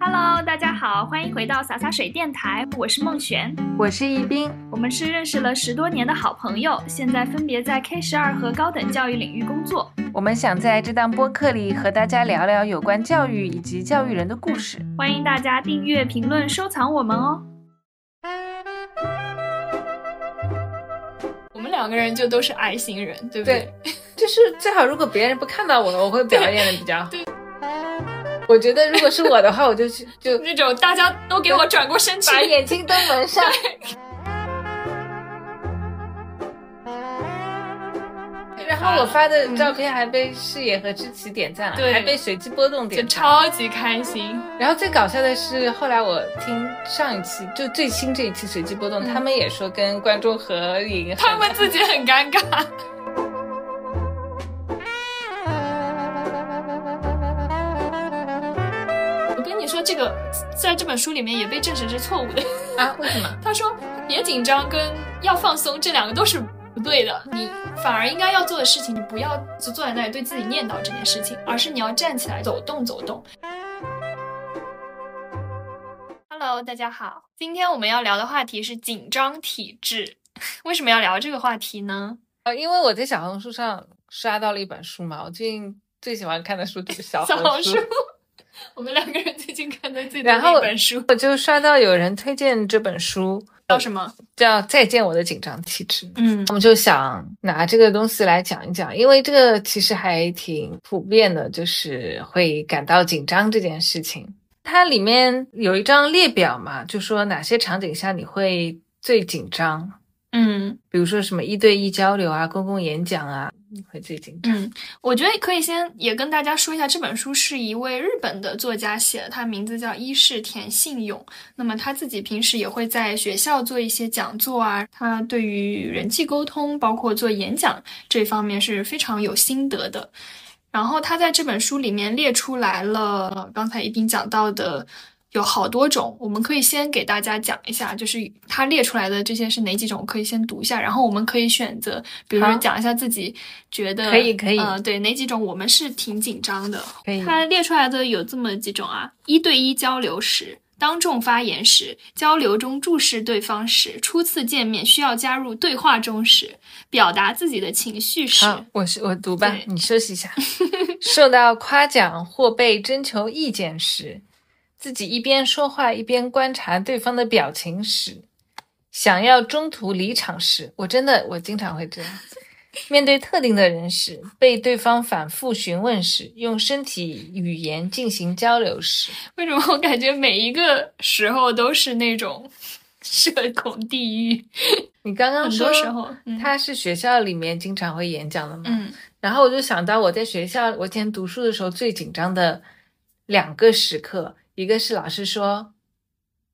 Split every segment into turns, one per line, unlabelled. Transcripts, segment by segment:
Hello，大家好，欢迎回到洒洒水电台，我是孟璇，
我是一冰，
我们是认识了十多年的好朋友，现在分别在 K 十二和高等教育领域工作。
我们想在这档播客里和大家聊聊有关教育以及教育人的故事。
欢迎大家订阅、评论、收藏我们哦。
我们两个人就都是 I 型人，对不
对？ 就是最好，如果别人不看到我了，我会表演的比较好。我觉得如果是我的话，我就去 就
那种大家都给我转过身去，
把眼睛都蒙上。然后我发的照片还被视野和知棋点赞了，
啊嗯对
还被随机波动
就
点赞。
超级开心。
然后最搞笑的是，后来我听上一期就最新这一期随机波动，
嗯
他们也说跟观众合影，
他们自己很尴尬。我跟你说，这个在这本书里面也被证实是错误的。
啊？为什么？
他说，别紧张跟要放松这两个都是不对的，你反而应该要做的事情，你不要就坐在那里对自己念叨这件事情，而是你要站起来走动走动。Hello，大家好，今天我们要聊的话题是紧张体质。 为什么要聊这个话题呢？
呃，因为我在小红书上刷到了一本书嘛，我最近最喜欢看的书就是 小
小红
书。
书，我们两个人最近看的最多
然后
的一本书
我就刷到有人推荐这本书，
叫什么？
叫《再见我的紧张体质》。
嗯
我们就想拿这个东西来讲一讲，因为这个其实还挺普遍的，就是会感到紧张这件事情。它里面有一张列表嘛，就说哪些场景下你会最紧张，
嗯
比如说什么一对一交流啊、公共演讲啊，你会最紧张。
嗯，我觉得可以先也跟大家说一下，这本书是一位日本的作家写的，他名字叫伊势田信勇。那么他自己平时也会在学校做一些讲座啊，他对于人际沟通，包括做演讲这方面是非常有心得的。然后他在这本书里面列出来了，呃刚才一斌讲到的有好多种，我们可以先给大家讲一下，就是他列出来的这些是哪几种，我可以先读一下，然后我们可以选择，比如说
好
讲一下自己觉得
可以可以
呃，对哪几种我们是挺紧张的，
可以，
它列出来的有这么几种啊：一对一交流时、当众发言时、交流中注视对方时、初次见面需要加入对话中时、表达自己的情绪时。
好，我是我读吧
对，
你休息 一下。受到夸奖或被征求意见时，自己一边说话一边观察对方的表情时，想要中途离场时，我真的我经常会这样。面对特定的人时，被对方反复询问时，用身体语言进行交流时，
为什么我感觉每一个时候都是那种 社恐地狱？
你刚刚
很
说
多时候，嗯
他是学校里面经常会演讲的吗？
嗯
然后我就想到我在学校，我以前读书的时候最紧张的两个时刻，一个是老师说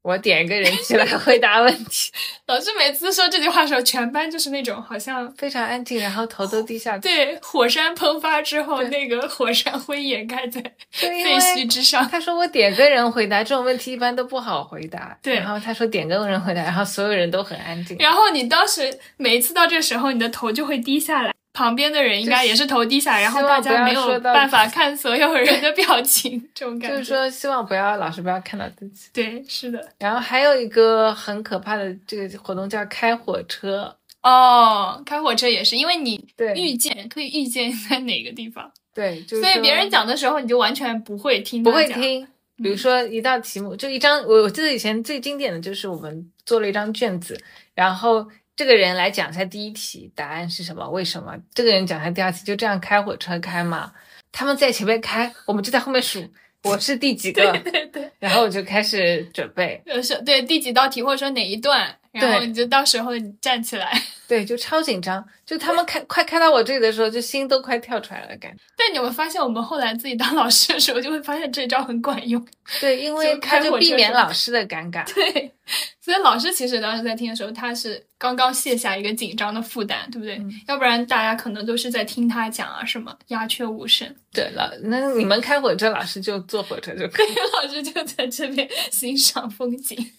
我点一个人起来回答问题，
老师每次说这句话的时候，全班就是那种好像。
非常安静，然后头都低下去，
对，火山喷发之后，
对
那个火山会掩盖在
就因
废墟
为
之上。
他说我点个人回答这种问题一般都不好回答，
对
然后他说点个人回答，然后所有人都很安静，
然后你当时每一次到这时候，你的头就会低下来，旁边的人应该也是头低下来，然后
希
大
望不
家没
要
有
说到
办法看所有人的表情，这种感
就
觉。
是说希望不要老师不要看到自己。
对，是的。
然后还有一个很可怕的这个活动叫开火车，
哦，开火车也是，因为你
对
预见可以预见在哪个地方，
对，就是
所以
说
别人讲的时候，你就完全不会听，
不会。听。
嗯
比如说一道题目，就一张，我我记得以前最经典的就是我们做了一张卷子，然后这个人来讲一下第一题答案是什么，为什么？这个人讲一下第二题，就这样开火车开嘛。他们在前面开，我们就在后面数，我是第几个，
对对，
然后我就开始准备。
有时候对第几道题或者说哪一段，然后
对
你就到时候你站起来。
对，就超紧张，就他们开快开到我这里的时候，就心都快跳出来了，感觉。
但你有没有发现，我们后来自己当老师的时候，就会发现这招很管用。
对，因为
就开
他就
火车
避免
是吧
老师的尴尬。
对，所以老师其实当时在听的时候，他是刚刚卸下一个紧张的负担，对不对？要不然大家可能都是在听他讲啊什么，鸦雀无声。
对，老那你们开火车，老师就坐火车就可以。
老师就在这边欣赏风景。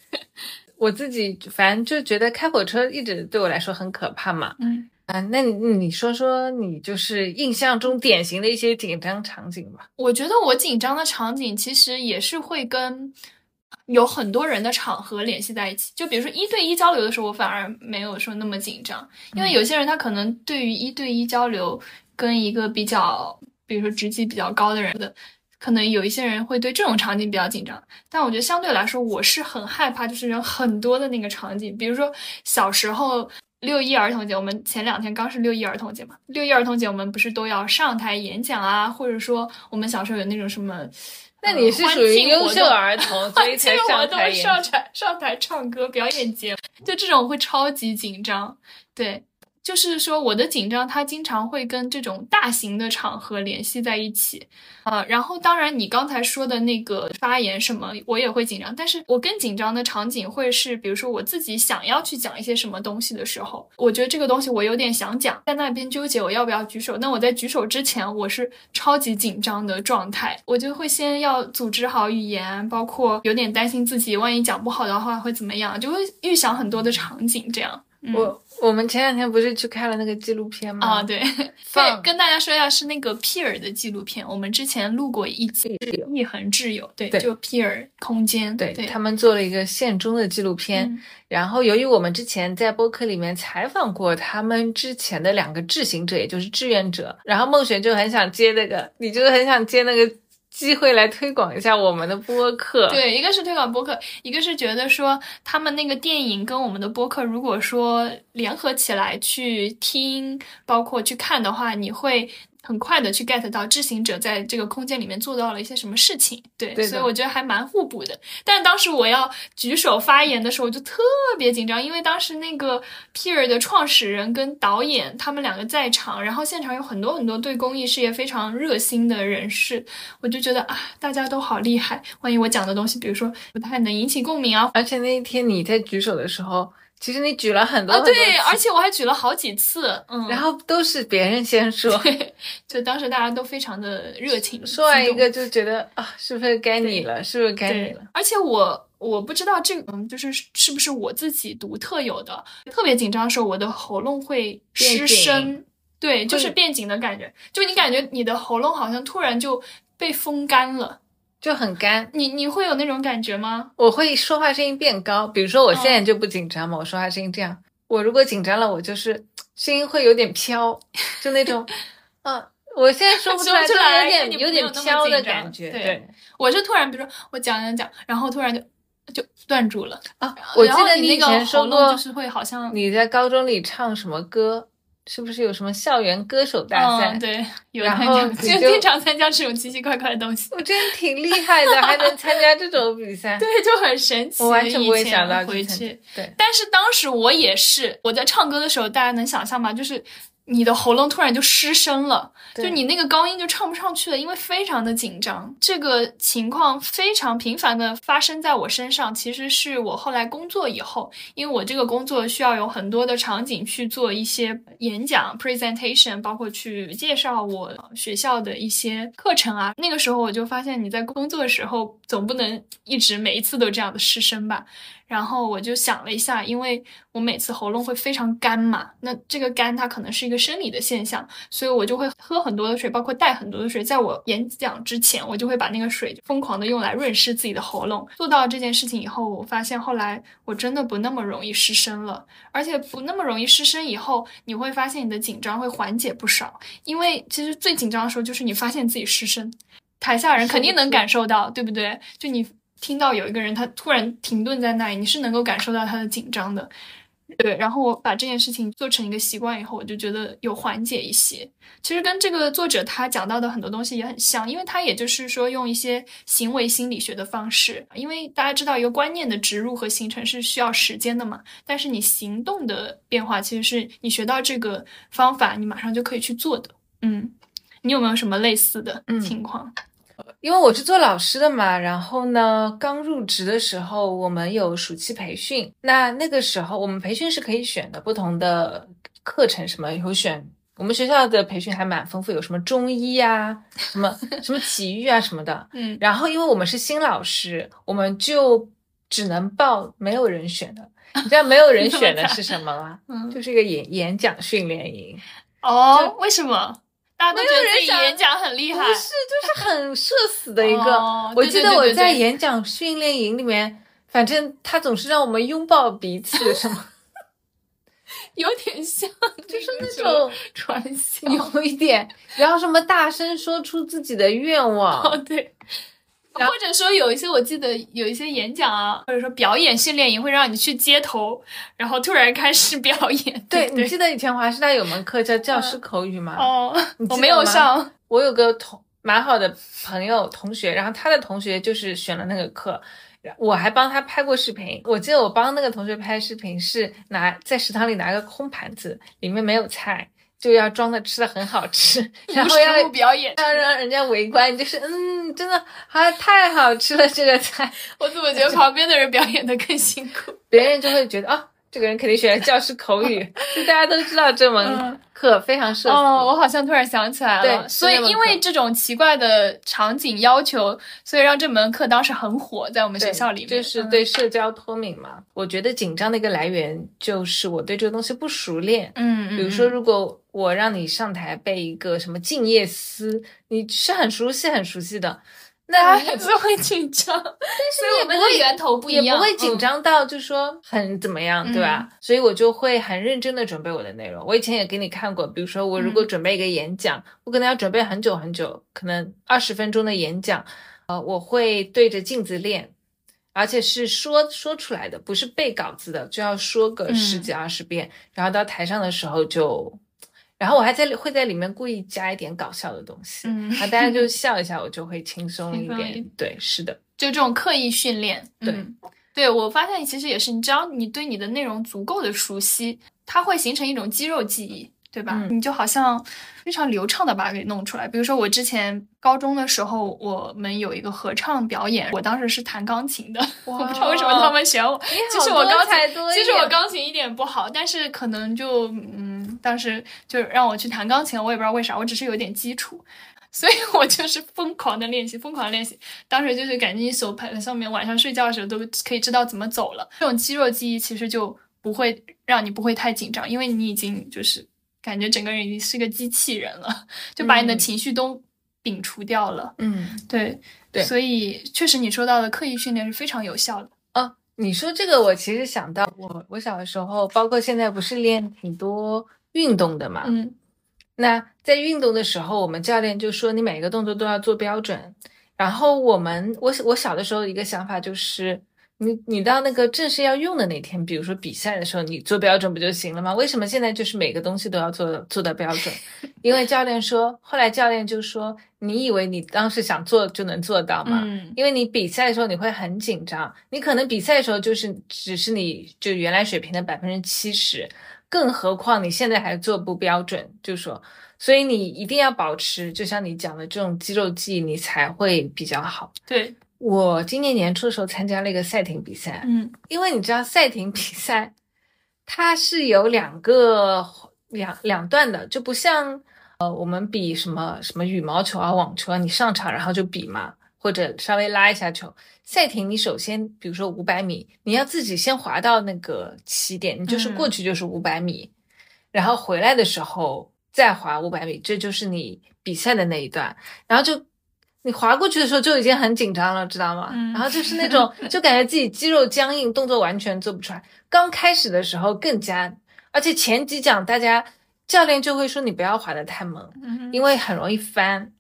我自己反正就觉得开火车一直对我来说很可怕嘛。
嗯
啊，那你你说说你就是印象中典型的一些紧张场景吧？
我觉得我紧张的场景其实也是会跟有很多人的场合联系在一起。就比如说一对一交流的时候，我反而没有说那么紧张，因为有些人他可能对于一对一交流跟一个比较，比如说职级比较高的人的。可能有一些人会对这种场景比较紧张，但我觉得相对来说，我是很害怕就是人很多的那个场景。比如说小时候六一儿童节，我们前两天刚是六一儿童节嘛，六一儿童节我们不是都要上台演讲啊，或者说我们小时候有那种什么。呃
那你
嗯
是属于优秀
儿。
儿童，所 以才
我
上
都
台演
上
讲。
台上台唱歌表演节目，就这种会超级紧张。对，就是说我的紧张，它经常会跟这种大型的场合联系在一起。啊。然后当然你刚才说的那个发言什么，我也会紧张，但是我更紧张的场景会是，比如说我自己想要去讲一些什么东西的时候，我觉得这个东西我有点想讲，在那边纠结我要不要举手。那我在举手之前，我是超级紧张的状态，我就会先要组织好语言，包括有点担心自己万一讲不好的话会怎么样，就会预想很多的场景这样。嗯
我我们前两天不是去看了那个纪录片吗？
啊，对，对，
放
跟大家说一下，是那个 Peer 的纪录片，我们之前录过一集《一恒挚友》，对，
对
就 Peer 空间，
对
对，
他们做了一个现中的纪录片，
嗯
然后由于我们之前在播客里面采访过他们之前的两个志行者，也就是志愿者，然后孟璇就很想接那个，你就是很想接那个机会来推广一下我们的播客，，
对，一个是推广播客，一个是觉得说他们那个电影跟我们的播客，如果说联合起来去听，包括去看的话，你会很快的去 get 到知行者在这个空间里面做到了一些什么事情。对，
对的
所以我觉得还蛮互补的。但当时我要举手发言的时候，我就特别紧张，因为当时那个 Peer 的创始人跟导演他们两个在场，然后现场有很多很多对公益事业非常热心的人士，我就觉得啊，大家都好厉害。万一我讲的东西，比如说不太能引起共鸣啊，
而且那一天你在举手的时候，其实你举了很多
啊，
很多
对，
次
而且我还举了好几次，嗯，
然后都是别人先说，
就当时大家都非常的热情，
说完一
激动
个就觉得啊，是不是该你了？是不是该你
对
了？，
而且我我不知道这个嗯就是是不是我自己独特有的，特别紧张的时候，我的喉咙会失
变
声，对，就是
会
变紧的感觉，就你感觉你的喉咙好像突然就被风干了，
就很干。
你你会有那种感觉吗？
我会说话声音变高，比如说我现
哦
在就不紧张嘛，我说话声音这样。我如果紧张了，我就是声音会有点飘，就那 种，嗯，我现在说不出来，
说不出来
就是有
因为
点
你
有
没有
点
那么
飘的
紧张
感觉。
对我是突然，比如说我讲讲讲，然后突然就就断住了，
啊，我记
然后
得
你那
以
个
前说
喉咙
过，
就是会好像
你在高中里唱什么歌，是不是有什么校园歌手大赛？
嗯，对，有
然
参
后
加，
你
就
就
经常参加这种奇奇怪怪的东西，
我真挺厉害的，还能参加这种比赛。
对，就很神奇。
我完全不会想到
以前回
去参加
去，
对，
但是当时我也是，我在唱歌的时候，大家能想象吗？就是你的喉咙突然就失声了，
对
就你那个高音就唱不上去了，因为非常的紧张。这个情况非常频繁的发生在我身上，其实是我后来工作以后，因为我这个工作需要有很多的场景去做一些演讲 presentation，包括去介绍我学校的一些课程啊。那个时候我就发现，你在工作的时候总不能一直每一次都这样的失声吧。然后我就想了一下，因为我每次喉咙会非常干嘛，那这个干它可能是一个生理的现象，所以我就会喝很多的水，包括带很多的水。在我演讲之前，我就会把那个水疯狂的用来润湿自己的喉咙。做到这件事情以后，我发现后来我真的不那么容易失声了，而且不那么容易失声以后，你会发现你的紧张会缓解不少，因为其实最紧张的时候就是你发现自己失声，台下人肯定能感受到，对不对？就你听到有一个人他突然停顿在那里，你是能够感受到他的紧张的。对，然后我把这件事情做成一个习惯以后，我就觉得有缓解一些。其实跟这个作者他讲到的很多东西也很像，因为他也就是说用一些行为心理学的方式，因为大家知道一个观念的植入和形成是需要时间的嘛，但是你行动的变化其实是你学到这个方法，你马上就可以去做的。嗯，你有没有什么类似的
嗯
情况？
因为我是做老师的嘛，然后呢，刚入职的时候我们有暑期培训，那那个时候我们培训是可以选的不同的课程，什么有选。我们学校的培训还蛮丰富，有什么中医啊，什么什么体育啊什么的。
嗯
然后因为我们是新老师，我们就只能报没有人选的。你知道没有人选
这么
的
惨
是什么吗？
嗯，
就是一个演演讲训练营，
哦，为什么大家都觉得自己
没有人想
演讲很厉害
不？是，就是很社死的一个。
哦
我
对
记
对
得
对
我
对
在
对
演讲训练营里面，反正他总是让我们拥抱彼 此，什么
有点 像，
就是那种
传销。
有一点，然后什么大声说出自己的愿
哦，
望，
对。
然后
或者说有一些，我记得有一些演讲啊，或者说表演训练营会让你去街头，然后突然开始表演。
对
不
你
对嗯
记得以前华师大有门课叫教师口语吗？
哦
你，记
我
得
没有
吗
上，
我有个同蛮好的朋友同学，然后他的同学就是选了那个课，然我还帮他拍过视频。我记得我帮那个同学拍视频是拿在食堂里拿个空盘子，里面没有菜，就要装的吃的很好吃，然
无
后
实
要
物。表演。
要让人家围观，就是嗯，真的啊，太好吃了这个菜，
我怎么觉 得旁边的人表演的更辛苦？
别人就会觉得啊、这个人肯定选了教师口语，就大家都知道这门
嗯
课非常社死。
哦，我好像突然想起来了。
对
所以
是那门
因
课
为这种奇怪的场景要求，所以让这门课当时很火，在我们
对
学校里面。
就是
嗯
对社交脱敏嘛。我觉得紧张的一个来源就是我对这个东西不熟练。
嗯，嗯
比如说，
嗯
如果我让你上台背一个什么《静夜思》，你是很熟悉、很熟悉的，那
大
你
家还
也不
是会紧张，所以我们
不会
的源头不一
也
样，
不会紧
嗯
张到就说很怎么样，对吧？所以我就会很认真的准备我的内容。我以前也给你看过，比如说我如果
嗯
准备一个演讲，我可能要准备很久很久，可能二十分钟的演讲，呃，我会对着镜子练，而且是说说出来的，不是背稿子的，就要说个
嗯
十几二十遍，然后到台上的时候就。然后我还在会在里面故意加一点搞笑的东西，
嗯
啊，大家就笑一下，我就会轻松
轻
一
松一
点
点。
对，是的，
就这种刻意训练。
对
嗯对我发现其实也是，你只要你对你的内容足够的熟悉，它会形成一种肌肉记忆。对吧？
嗯
你就好像非常流畅的把它给弄出来。比如说，我之前高中的时候，我们有一个合唱表演，我当时是弹钢琴的，我不知道为什么他们选我。 其实我刚才，啊其实我
刚。
钢琴一点不好，但是可能就嗯，当时就让我去弹钢琴，我也不知道为啥，我只是有点基础，所以我就是疯狂的练习，疯狂地练习。当时就是感觉你手盘上面，晚上睡觉的时候都可以知道怎么走了。这种肌肉记忆其实就不会让你不会太紧张，因为你已经就是感觉整个人已经是个机器人了，就把你的
嗯
情绪都摒除掉了。
嗯，
对
对
所以确实你说到的刻意训练是非常有效的。
哦，你说这个，我其实想到我我小的时候，包括现在不是练挺多运动的嘛？
嗯
那在运动的时候，我们教练就说你每个动作都要做标准。然后我们我我小的时候一个想法就是，你你到那个正式要用的那天，比如说比赛的时候，你做标准不就行了吗？为什么现在就是每个东西都要做做到标准？因为教练说，后来教练就说，你以为你当时想做就能做到吗？
嗯。
因为你比赛的时候你会很紧张，你可能比赛的时候就是只是你就原来水平的百分之七十，更何况你现在还做不标准，就说，所以你一定要保持，就像你讲的这种肌肉记忆，你才会比较好。
对，
我今年年初的时候参加了一个赛艇比赛，
嗯
因为你知道赛艇比赛，它是有两个两两段的，就不像呃我们比什么什么羽毛球啊、网球啊，你上场然后就比嘛，或者稍微拉一下球。赛艇你首先比如说五百米，你要自己先滑到那个起点，你就是
嗯
过去就是五百米，然后回来的时候再滑五百米，这就是你比赛的那一段。然后就你滑过去的时候就已经很紧张了，知道吗？
嗯
然后就是那 种就感觉自己肌肉僵硬，动作完全做不出来。刚开始的时候更加，而且前几讲大家教练就会说你不要滑得太猛，
嗯，
因为很容易翻。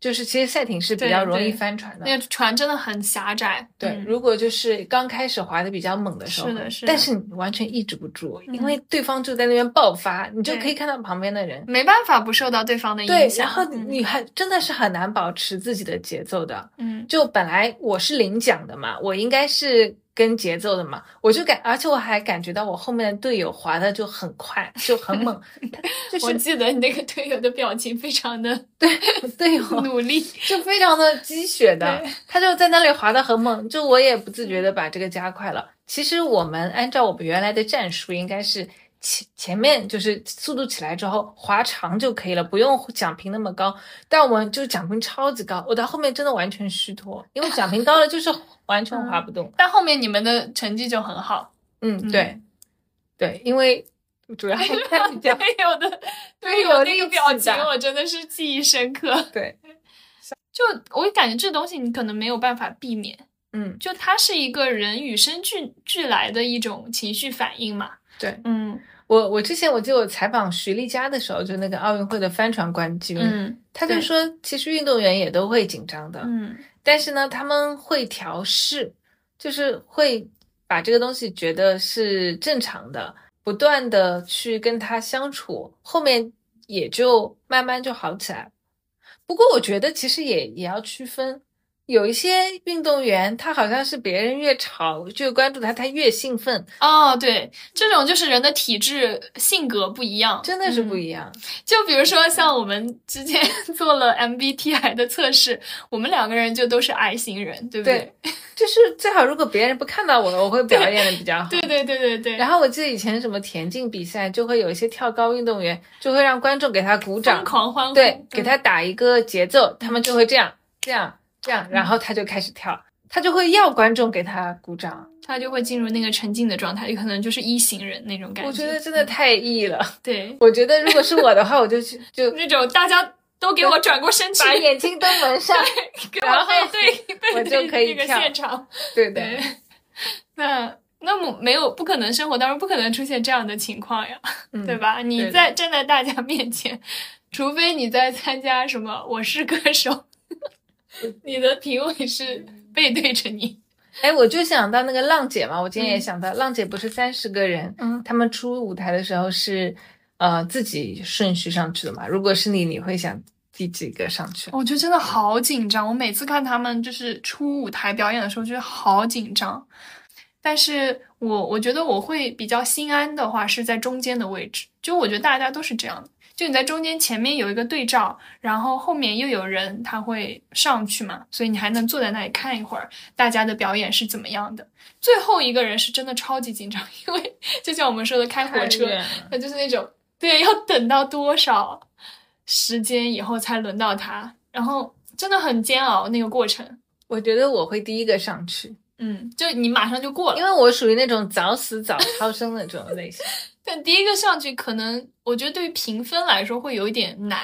就是其实赛艇是比
对
较容易
对嗯
翻船的，
那个船真的很狭窄。
对，
嗯
如果就是刚开始滑的比较猛的时候，
是的是
但
的
是你完全抑制不住，
嗯
因为对方就在那边爆发，你就
对
可以看到旁边的人。
没办法不受到对方的
对
影，响。
然后你
嗯
你还真的是很难保持自己的节奏的。
嗯
就本来我是领奖的嘛，我应该是跟节奏的嘛，我就感，而且我还感觉到我后面的队友滑的就很快，就很猛，他
我
就
记得你那个队友的表情非常的
是队友
努力，
就非常的鸡血的
对，
他就在那里滑的很猛，就我也不自觉的把这个加快了。其实我们按照我们原来的战术，应该是前前面就是速度起来之后滑长就可以了，不用桨频那么高。但我们就是桨频超级高，我到后面真的完全虚脱，因为桨频高了就是完全滑不动。
但后面你们的成绩就很好，
嗯，对，对，因为 主要还看你讲，
队友 的队
有
友那
力
个表
气
情
的，
我真的是记忆深刻。
对，
就我感觉这东西你可能没有办法避免，
嗯，
就它是一个人与生俱俱来的一种情绪反应嘛。
对
嗯
我我之前我记得我采访徐丽佳的时候，就那个奥运会的帆船冠军，
嗯
他就
对
说，其实运动员也都会紧张的，
嗯
但是呢，他们会调试，就是会把这个东西觉得是正常的，不断的去跟他相处，后面也就慢慢就好起来。不过我觉得其实也也要区分，有一些运动员他好像是别人越吵越关注他，他越兴奋，
哦，对，这种就是人的体质性格不一样，
真的是不
嗯
一样。
就比如说像我们之前 做了 MBTI 的测试，我们两个人就都是 I 型人，对不
对，就是最好如果别人不看到我了，我会表演的比较 好。
对对对对对。
然后我记得以前什么田径比赛，就会有一些跳高运动员，就会让观众给他鼓
疯
掌，
狂欢呼，
对
嗯，
给他打一个节奏，他们就会这样、这样、这样，然后他就开始跳，他就会要观众给他鼓掌。
他就会进入那个沉浸的状态，有可能就是一型人那种感觉。
我觉得真的
嗯
太 E 了。
对，
我觉得如果是我的话，我 就去就
那种大家都给我转过身去，
把眼睛都蒙 上。
给
然
我
后
背对背
我就
对
可以
那个
跳
现场。
对的，
对， 那那么没有不可能，生活当中不可能出现这样的情况呀，
嗯
对？吧？你
的
在站在大家面前，除非你在参加什么《我是歌手》，你的评委是背对着你。
哎，我就想到那个浪姐嘛，我今天也
嗯
想到、浪姐不是三十个人，
嗯
他们出舞台的时候是呃自己顺序上去的嘛？如果是你，你会想第几个上去？
我觉得真的好紧张，我每次看他们就是出舞台表演的时候，觉得好紧张。但是我我觉得我会比较心安的话是在中间的位置，就我觉得大家都是这样的，就你在中间前面有一个对照，然后后面又有人他会上去嘛，所以你还能坐在那里看一会儿大家的表演是怎么样的。最后一个人是真的超级紧张，因为 就像我们说的开火车，那就是那种对，要等到多少时间以后才轮到他，然后真的很煎熬那个过程。
我觉得我会第一个上去，
嗯，就你马上就过
因
了，
为我属于那种早死早超生的这种类型。
但第一个上去可能我觉得对于评分来说会有一点难，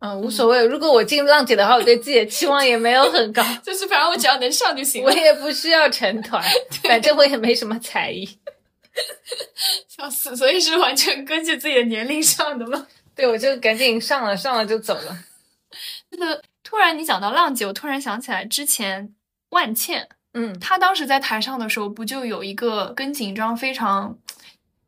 嗯，无所谓。如果我进浪姐的话，我对自己的期望也没有很高，
就是反正我只要能上就 行啊
我
了。
也不需要成 团，反正我也没什么才艺。
笑死，所以是完全根据自己的年龄上的嘛。
对，我就赶紧上了，上了就走了。
突然你讲到浪姐，我突然想起来之前万茜，
嗯，
他当时在台上的时候，不就有一个跟紧张非常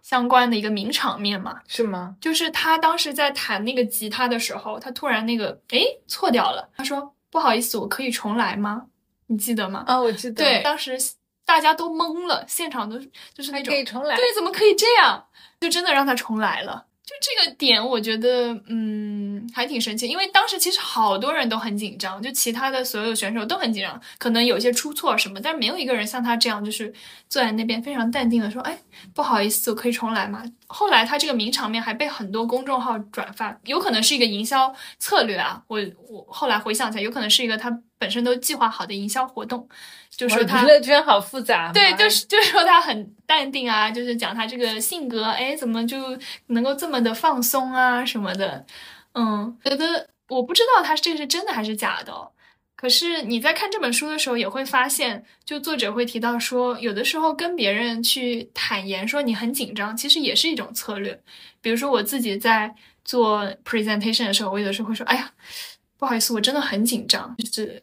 相关的一个名场面嘛？
是吗？
就是他当时在弹那个吉他的时候，他突然那个哎错掉了，他说不好意思，我可以重来吗？你记得吗？
啊、我记得，
对，，当时大家都懵了，现场都就是那
还
种
可以重来。
对，怎么可以这样？就真的让他重来了。就这个点，我觉得，嗯，还挺神奇，因为当时其实好多人都很紧张，就其他的所有选手都很紧张，可能有些出错什么，但是没有一个人像他这样，就是坐在那边非常淡定的说：“哎，不好意思，我可以重来吗？”后来他这个名场面还被很多公众号转发，有可能是一个营销策略啊。我我后来回想起来，有可能是一个他本身都计划好的营销活动，就
我
说他
娱乐圈好复杂嘛。
对，就是就是说他很淡定啊，就是讲他这个性格，哎，怎么就能够这么的放松啊什么的，嗯，觉得我不知道他这个是真的还是假的哦、可是你在看这本书的时候，也会发现，就作者会提到说，有的时候跟别人去坦言说你很紧张，其实也是一种策略。比如说我自己在做 presentation 的时候，我有的时候会说，哎呀，不好意思，我真的很紧张。就是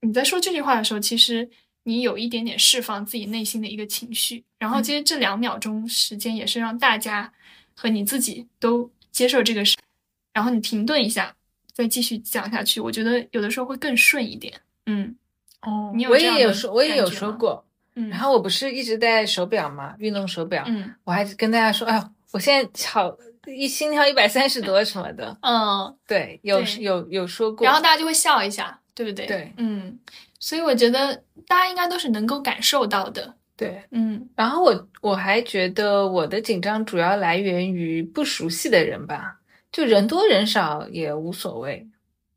你在说这句话的时候，其实你有一点点释放自己内心的一个情绪，然后
嗯
其实这两秒钟时间也是让大家和你自己都接受这个事，然后你停顿一下，再继续讲下去，我觉得有的时候会更顺一点。嗯
哦
你有
我
这样
也有
的
说，我也
感
有
觉
说
吗
过。
嗯，
然后我不是一直戴手表嘛，运动手表，
嗯
我还跟大家说，哎呦，我现在好一心跳一百三十多什么的，
嗯，
对，有
对
有有说过。
然后大家就会笑一下，对不对？
对
嗯，所以我觉得大家应该都是能够感受到的。
对，
嗯
然后我我还觉得我的紧张主要来源于不熟悉的人吧，就人多人少也无所谓。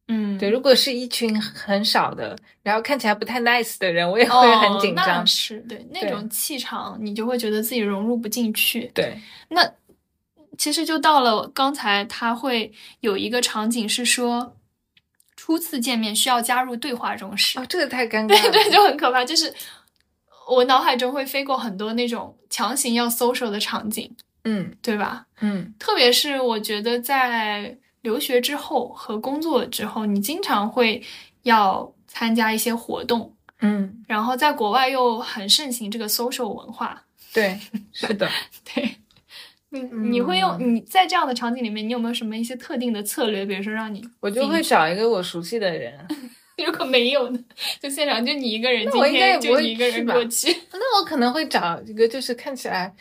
嗯，
对，如果是一群很少的，然后看起来不太 nice 的人，我也会
哦
很紧张。
那是对那
对
种气场，你就会觉得自己融入不进去。
对，
那其实就到了刚才，他会有一个场景是说，初次见面需要加入对话中时，
哦，这个 太尴尬
对
了。
对，就很可怕。就是我脑海中会飞过很多那种强行要 social 的场景，
嗯
对吧？
嗯，
特别是我觉得在留学之后和工作之后，你经常会要参加一些活动，
嗯，
然后在国外又很盛行这个 social 文化，
对，是的。
对。你你会
嗯
用你在这样的场景里面，你有没有什么一些特定的策略？比如说让你，
我就会找一个我熟悉的人，
如果没有呢，就现场就你一个人，
那
今
我应该
天
也不
就
会
你一个人
去吧
过去，
那我可能会找一个就是看起来，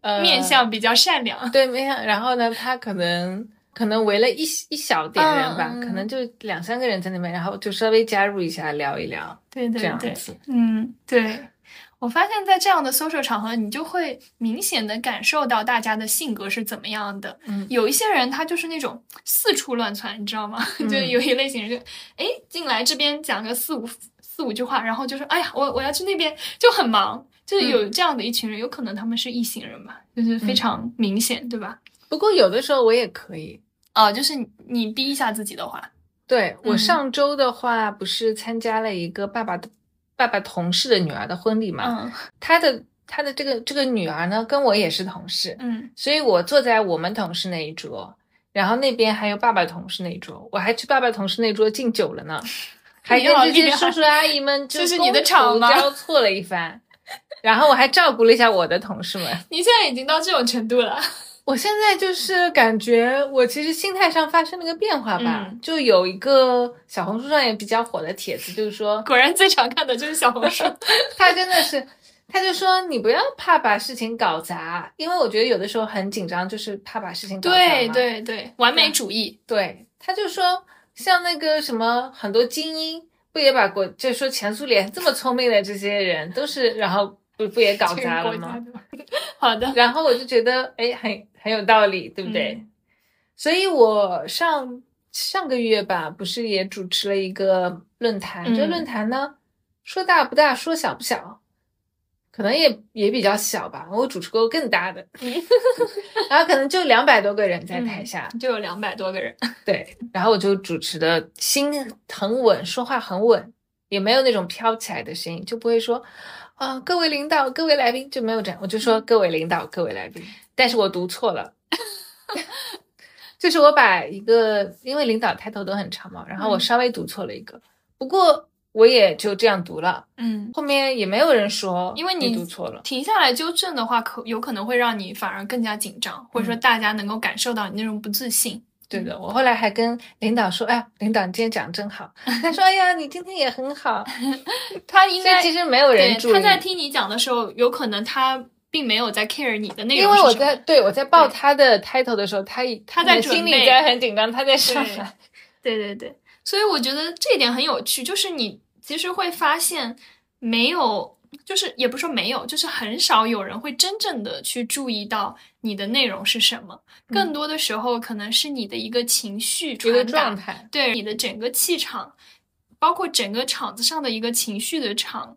呃，
面相比较善良。
对面向，然后呢，他可能可能围了一一小点人吧，
嗯嗯
可能就两三个人在那边，然后就稍微加入一下聊一聊
对对
这样哎
对，
子。
嗯，对。我发现，在这样的 social 场合，你就会明显的感受到大家的性格是怎么样的。
嗯
有一些人他就是那种四处乱窜，你知道吗？
嗯
就有一类型人就，哎，进来这边讲个四五四五句话，然后就说，哎呀，我我要去那边，就很忙。就是有这样的一群人，有可能他们是一行人吧，就是非常明显，对吧？
不过有的时候我也可以。
哦，就是你你逼一下自己的话，
对我
嗯
上周的话，不是参加了一个爸爸的爸爸同事的女儿的婚礼嘛？
嗯
他的他的这个这个女儿呢，跟我也是同事，
嗯
所以我坐在我们同事那一桌，然后那边还有爸爸同事那一桌，我还去爸爸同事那桌敬酒了 呢，还跟这些叔叔阿姨 们就
这是你的场吗
觥交错了一 番，然后我还照顾了一下我的同事们。
你现在已经到这种程度了，
我现在就是感觉我其实心态上发生了一个变化吧，
嗯
就有一个小红书上也比较火的帖子，就是 说
果然最常看的就是小红书。
他真的是，他就说你不要怕把事情搞砸，因为我觉得有的时候很紧张，就是怕把事情搞砸嘛
对对对，完美主 义。
对，他就说像那个什么很多精英不也把国，就说前苏联这么聪明的这些人都是，然后不不也搞
这个
砸了
国
吗？
家的 好的，
然后我就觉得，哎，很很有道理，对不对？
嗯
所以我上上个月吧，不是也主持了一个论坛？
嗯
这论坛呢，说大不大，说小不小，可能也也比较小吧。我主持过更 大的，然后可能就两百多个人在台下，
就有两百多个人。
对。然后我就主持的心很稳，说话很稳，也没有那种飘起来的声音，就不会说。啊、各位领导，各位来宾就没有这样，我就
嗯
说各位领导，各位来宾，但是我读错了， 就是我把一个，因为领导抬头都很长嘛，然后我
嗯
稍微读错了一个，不过我也就这样读了，
嗯，
后面也没有人说，
因为
你
你
读错了，
停下来纠正的话，可有可能会让你反而更加紧张，或者说大家能够感受到你那种不自信。
对
嗯
的，我后来还跟领导说，哎呀，领导你今天讲得真 好，他说，哎呀，你今天也很好，
他应
所以
该
其实没有
对
人注意，
他在听你讲的时候，有可能他并没有在 care 你的内
因
容
为我
是什么。
在对我在报
对
他的 title 的时候，他已
他在
可能
准
心
备
里在很紧张，他在上
对
来，
对对对，所以我觉得这一点很有趣，就是你其实会发现没有。就是也不是说没有，就是很少有人会真正的去注意到你的内容是什么，更多的时候可能是你的一个情绪
嗯一
传
个
达
状态，
对你的整个气场，包括整个场子上的一个情绪的场，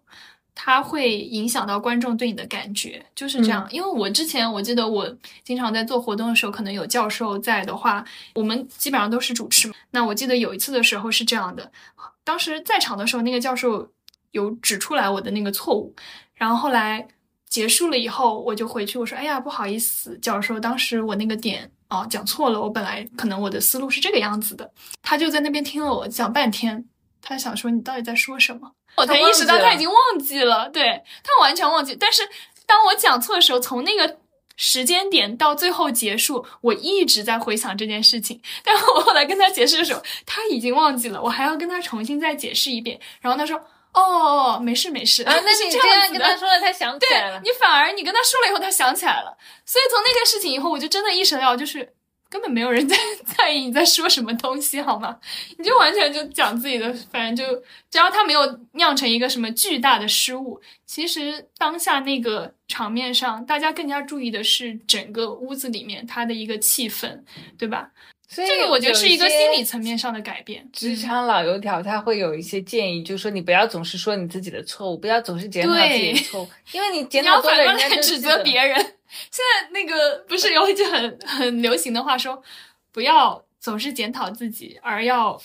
它会影响到观众对你的感觉，就是这样。因为我之前我记得我经常在做活动的时候，可能有教授在的话，我们基本上都是主持嘛。那我记得有一次的时候是这样的，当时在场的时候，那个教授有指出来我的那个错误，然后后来结束了以后，我就回去我说：“哎呀，不好意思，教授，当时我那个点哦讲错了，我本来可能我的思路是这个样子的。”他就在那边听了我讲半天，他想说你到底在说什么？我才意识到
忘记
他
了
已经忘记了，对他完全忘记。但是当我讲错的时候，从那个。时间点到最后结束，我一直在回想这件事情。但是我后来跟他解释的时候，他已经忘记了，我还要跟他重新再解释一遍。然后他说：“哦哦，哦没事没事。”
啊，那
是
你
这样
样
子
跟
的
他说了，他想起来
对
了。
你反而你跟他说了以后，他想起来了。所以从那件事情以后，我就真的意识到，就是根本没有人在 在意你在说什么东西，好吗？你就完全就讲自己的，反正就只要它没有酿成一个什么巨大的失误，其实当下那个场面上，大家更加注意的是整个屋子里面它的一个气氛，对吧？
所以
这个我觉得是一个
有些
心理层面上的改变。
职场老油条他会有一些建议，就是说你不要总是说你自己的错误，不要总是检讨自己
对
的错误，因为你检
你
讨
要
多
反
了，
过
人家
来
就
指
记
责
得
别人。现在那个不是有一句很 很流行的话说，不要总是检讨自己，而要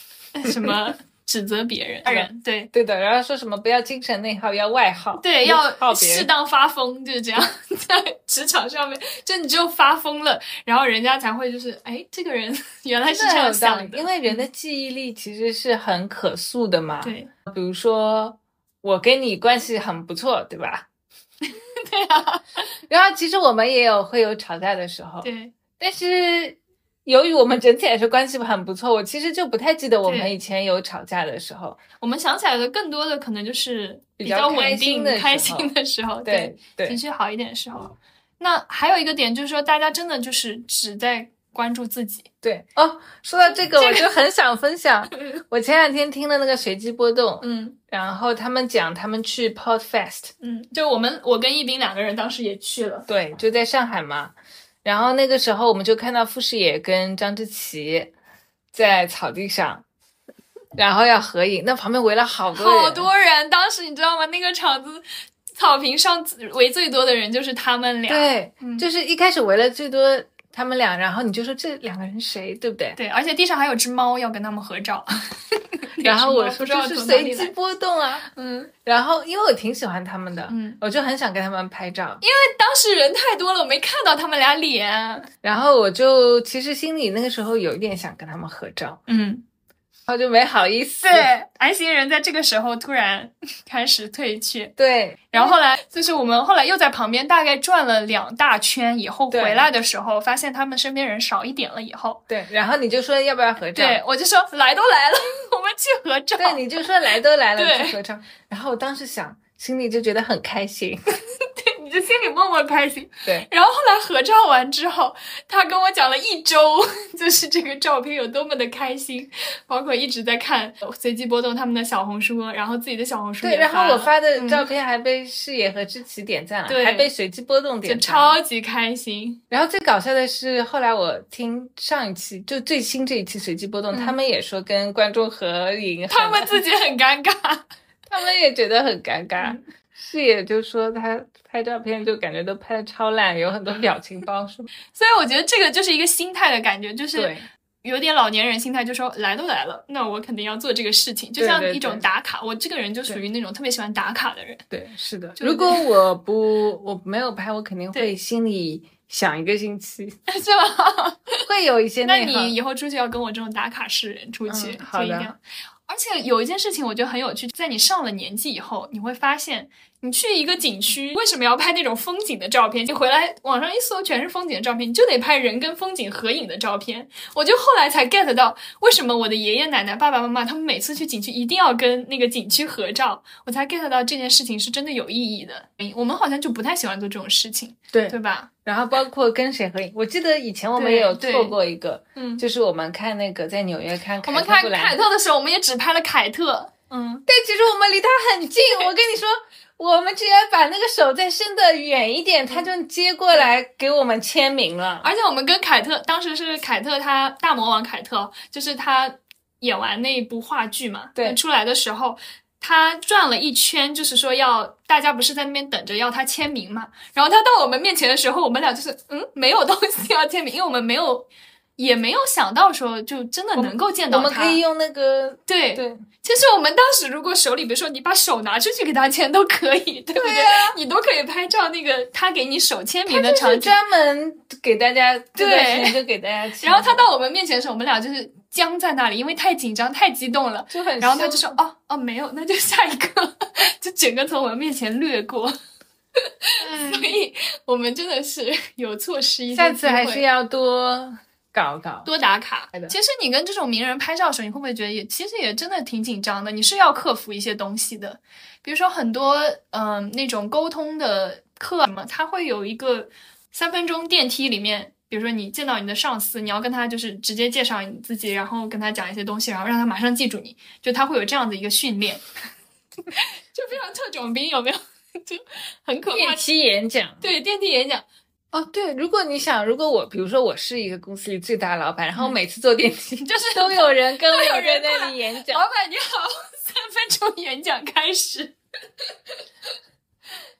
什 么指责别人。人对
对的，然后说什么不要精神内耗，要外耗，
对，
不耗
要
别人
适当发疯，就是这样。 在职场上面，就你只有发疯了，然后人家才会就是，哎，这个人 原来是
真
这
的很
样
有道理
想，的。嗯
因为人的记忆力其实是很可塑的嘛。，
对
比如说我跟你关系很不错，对吧？
对啊，
然后其实我们也有会有吵架的时候，
对
但是由于我们整体来说关系很不错，我其实就不太记得我们
对
以前有吵架的时候。
我们想起来的更多的可能就是
比
比
较
较稳
开心
定、
的时
开
候
心的时候，
对对嗯
情绪好一点的时候。那还有一个点就是说，大家真的就是只在关注自己。
对哦，说到这个，我就很想 分享。我前两天听了那个随机波动，
嗯
然后他们讲他们去 Pod Fest，
嗯，就我们我跟一斌两个人当时也去了。
对，就在上海嘛。然后那个时候我们就看到傅士野跟张之琪在草地上，然后要合影，那旁边围了好多人，
好多人，当时你知道吗？那个场子草坪上围最多的人就是他们俩。
对，
嗯
就是一开始围了最多他们俩，然后你就说这两个人谁，对不对？
对，而且地上还有只猫要跟他们合照。
然后我
不
说
知道
这是
从哪里
随机
来
波动啊，
嗯
然后因为我挺喜欢他们的，
嗯，
我就很想跟他们拍照，
当时人太多了，我没看到他们俩脸。
然后我就其实心里那个时候有一点想跟他们合照，
嗯。
然后就没好意思。
对，，I 型人在这个时候突然 开始退却，
对
然后后来就是我们后来又在旁边大概转了两大圈以后，
对
回来的时候发现他们身边人少一点了以后，
对，然后你就说要不要合照？
对我就说来都来了， 我们去合照。
啊 对，你就说来都来了
对
去合照。然后我当时想，心里就觉得很开 心。
你就心里默默开心。
对，
然后后来合照完之后，他跟我讲了一周， 就是这个照片有多么的开心，包括一直在看随机波动他们的小红书，然后自己的小红书
对，
也
然后我
了
发的照
嗯
片还被视野和知琪点赞了，
对
还被随机波动
就
点赞。
超级开心。
然后最搞笑的是，后来我听上一期就最新这一期随机波动，
嗯
他们也说跟观众合影，
他们自己很尴尬，
他们也觉得很尴尬。
嗯
视野就说他拍照片就感觉都拍的超烂，有很多表情包什么。
所以我觉得这个就是一个心态的感觉，就是
对
有点老年人心态，就说来都来了，那我肯定要做这个事情，就
对
像
对
一种
对
打卡。我这个人就属于那种特别喜欢打卡的人，
对，是的。
就
如果 我不我没有拍，我肯定会
对
心里想一个星期，
是吧？
会有一些
那
内耗
你以后出去要跟我这种打卡式人出去，
嗯好
就一定
的
要。而且有一件事情我觉得很有趣，在你上了年纪以后，你会发现，你去一个景区，为什么要拍那种风景的照片？你回来网上一搜全是风景的照片，你就得拍人跟风景合影的照片。我就后来才 get 到，为什么我的爷爷奶奶、爸爸妈妈他们每次去景区一定要跟那个景区合照，我才 get 到这件事情是真的有意义的。我们好像就不太喜欢做这种事情，
对
对吧？
然后包括跟谁合影，我记得以前我们也有
对
错过一个，
嗯，
就是我们看那个在纽约看凯
我们
特
看
布兰
凯特的时候，我们也只拍了凯特。嗯，
但其实我们离他很 近。我跟你说，我们居然把那个手再伸得远一点，他就接过来给我们签名了。
而且我们跟凯特当时是凯特他大魔王凯特，就是他演完那部话剧嘛，
对
出来的时候。他转了一圈，就是说要大家不是在那边等着要他签名嘛。然后他到我们面前的时候，我们俩就是嗯，没有东西要签名，因为我们没有，也没有想到说就真的能够见
我
到他。
们可以用那个
对，
对
其实我们当时如果手里，比如说你把手拿出去给他签都可以，对不对？你都可以拍照那个他给你手签名的场
啊就是
景。
专门给大家这段时
对
间就给大家签。
然后他到我们面前的时候，我们俩就是僵在那里，因为太紧张、太激动了。
就很，
然后他就说：“哦哦，没有，那就下一个。” 就整个从我们面前掠过。 所以我们真的是有错失一些
嗯下次还
机会
是要多搞搞。
多打卡
对的。
其实你跟这种名人拍照的时候，你会不会觉得也其实也真的挺紧张的？你是要克服一些东西的，比如说很多嗯、那种沟通的课嘛，它会有一个三分钟电梯里面比如说你见到你的上司，你要跟他就是直接介绍你自己，然后跟他讲一些东西，然后让他马上记住你，就他会有这样的一个训练， 就非常特种兵，有没有？就很可怕
电。梯演讲。
对，电梯演讲，
哦，对，如果你想，如果我，比如说我是一个公司里最大的老板，然后每次坐电梯，
嗯就是
都有人跟我
有
在
人过
那
来哦
里演
老
讲，
板你好，三分钟演讲开始。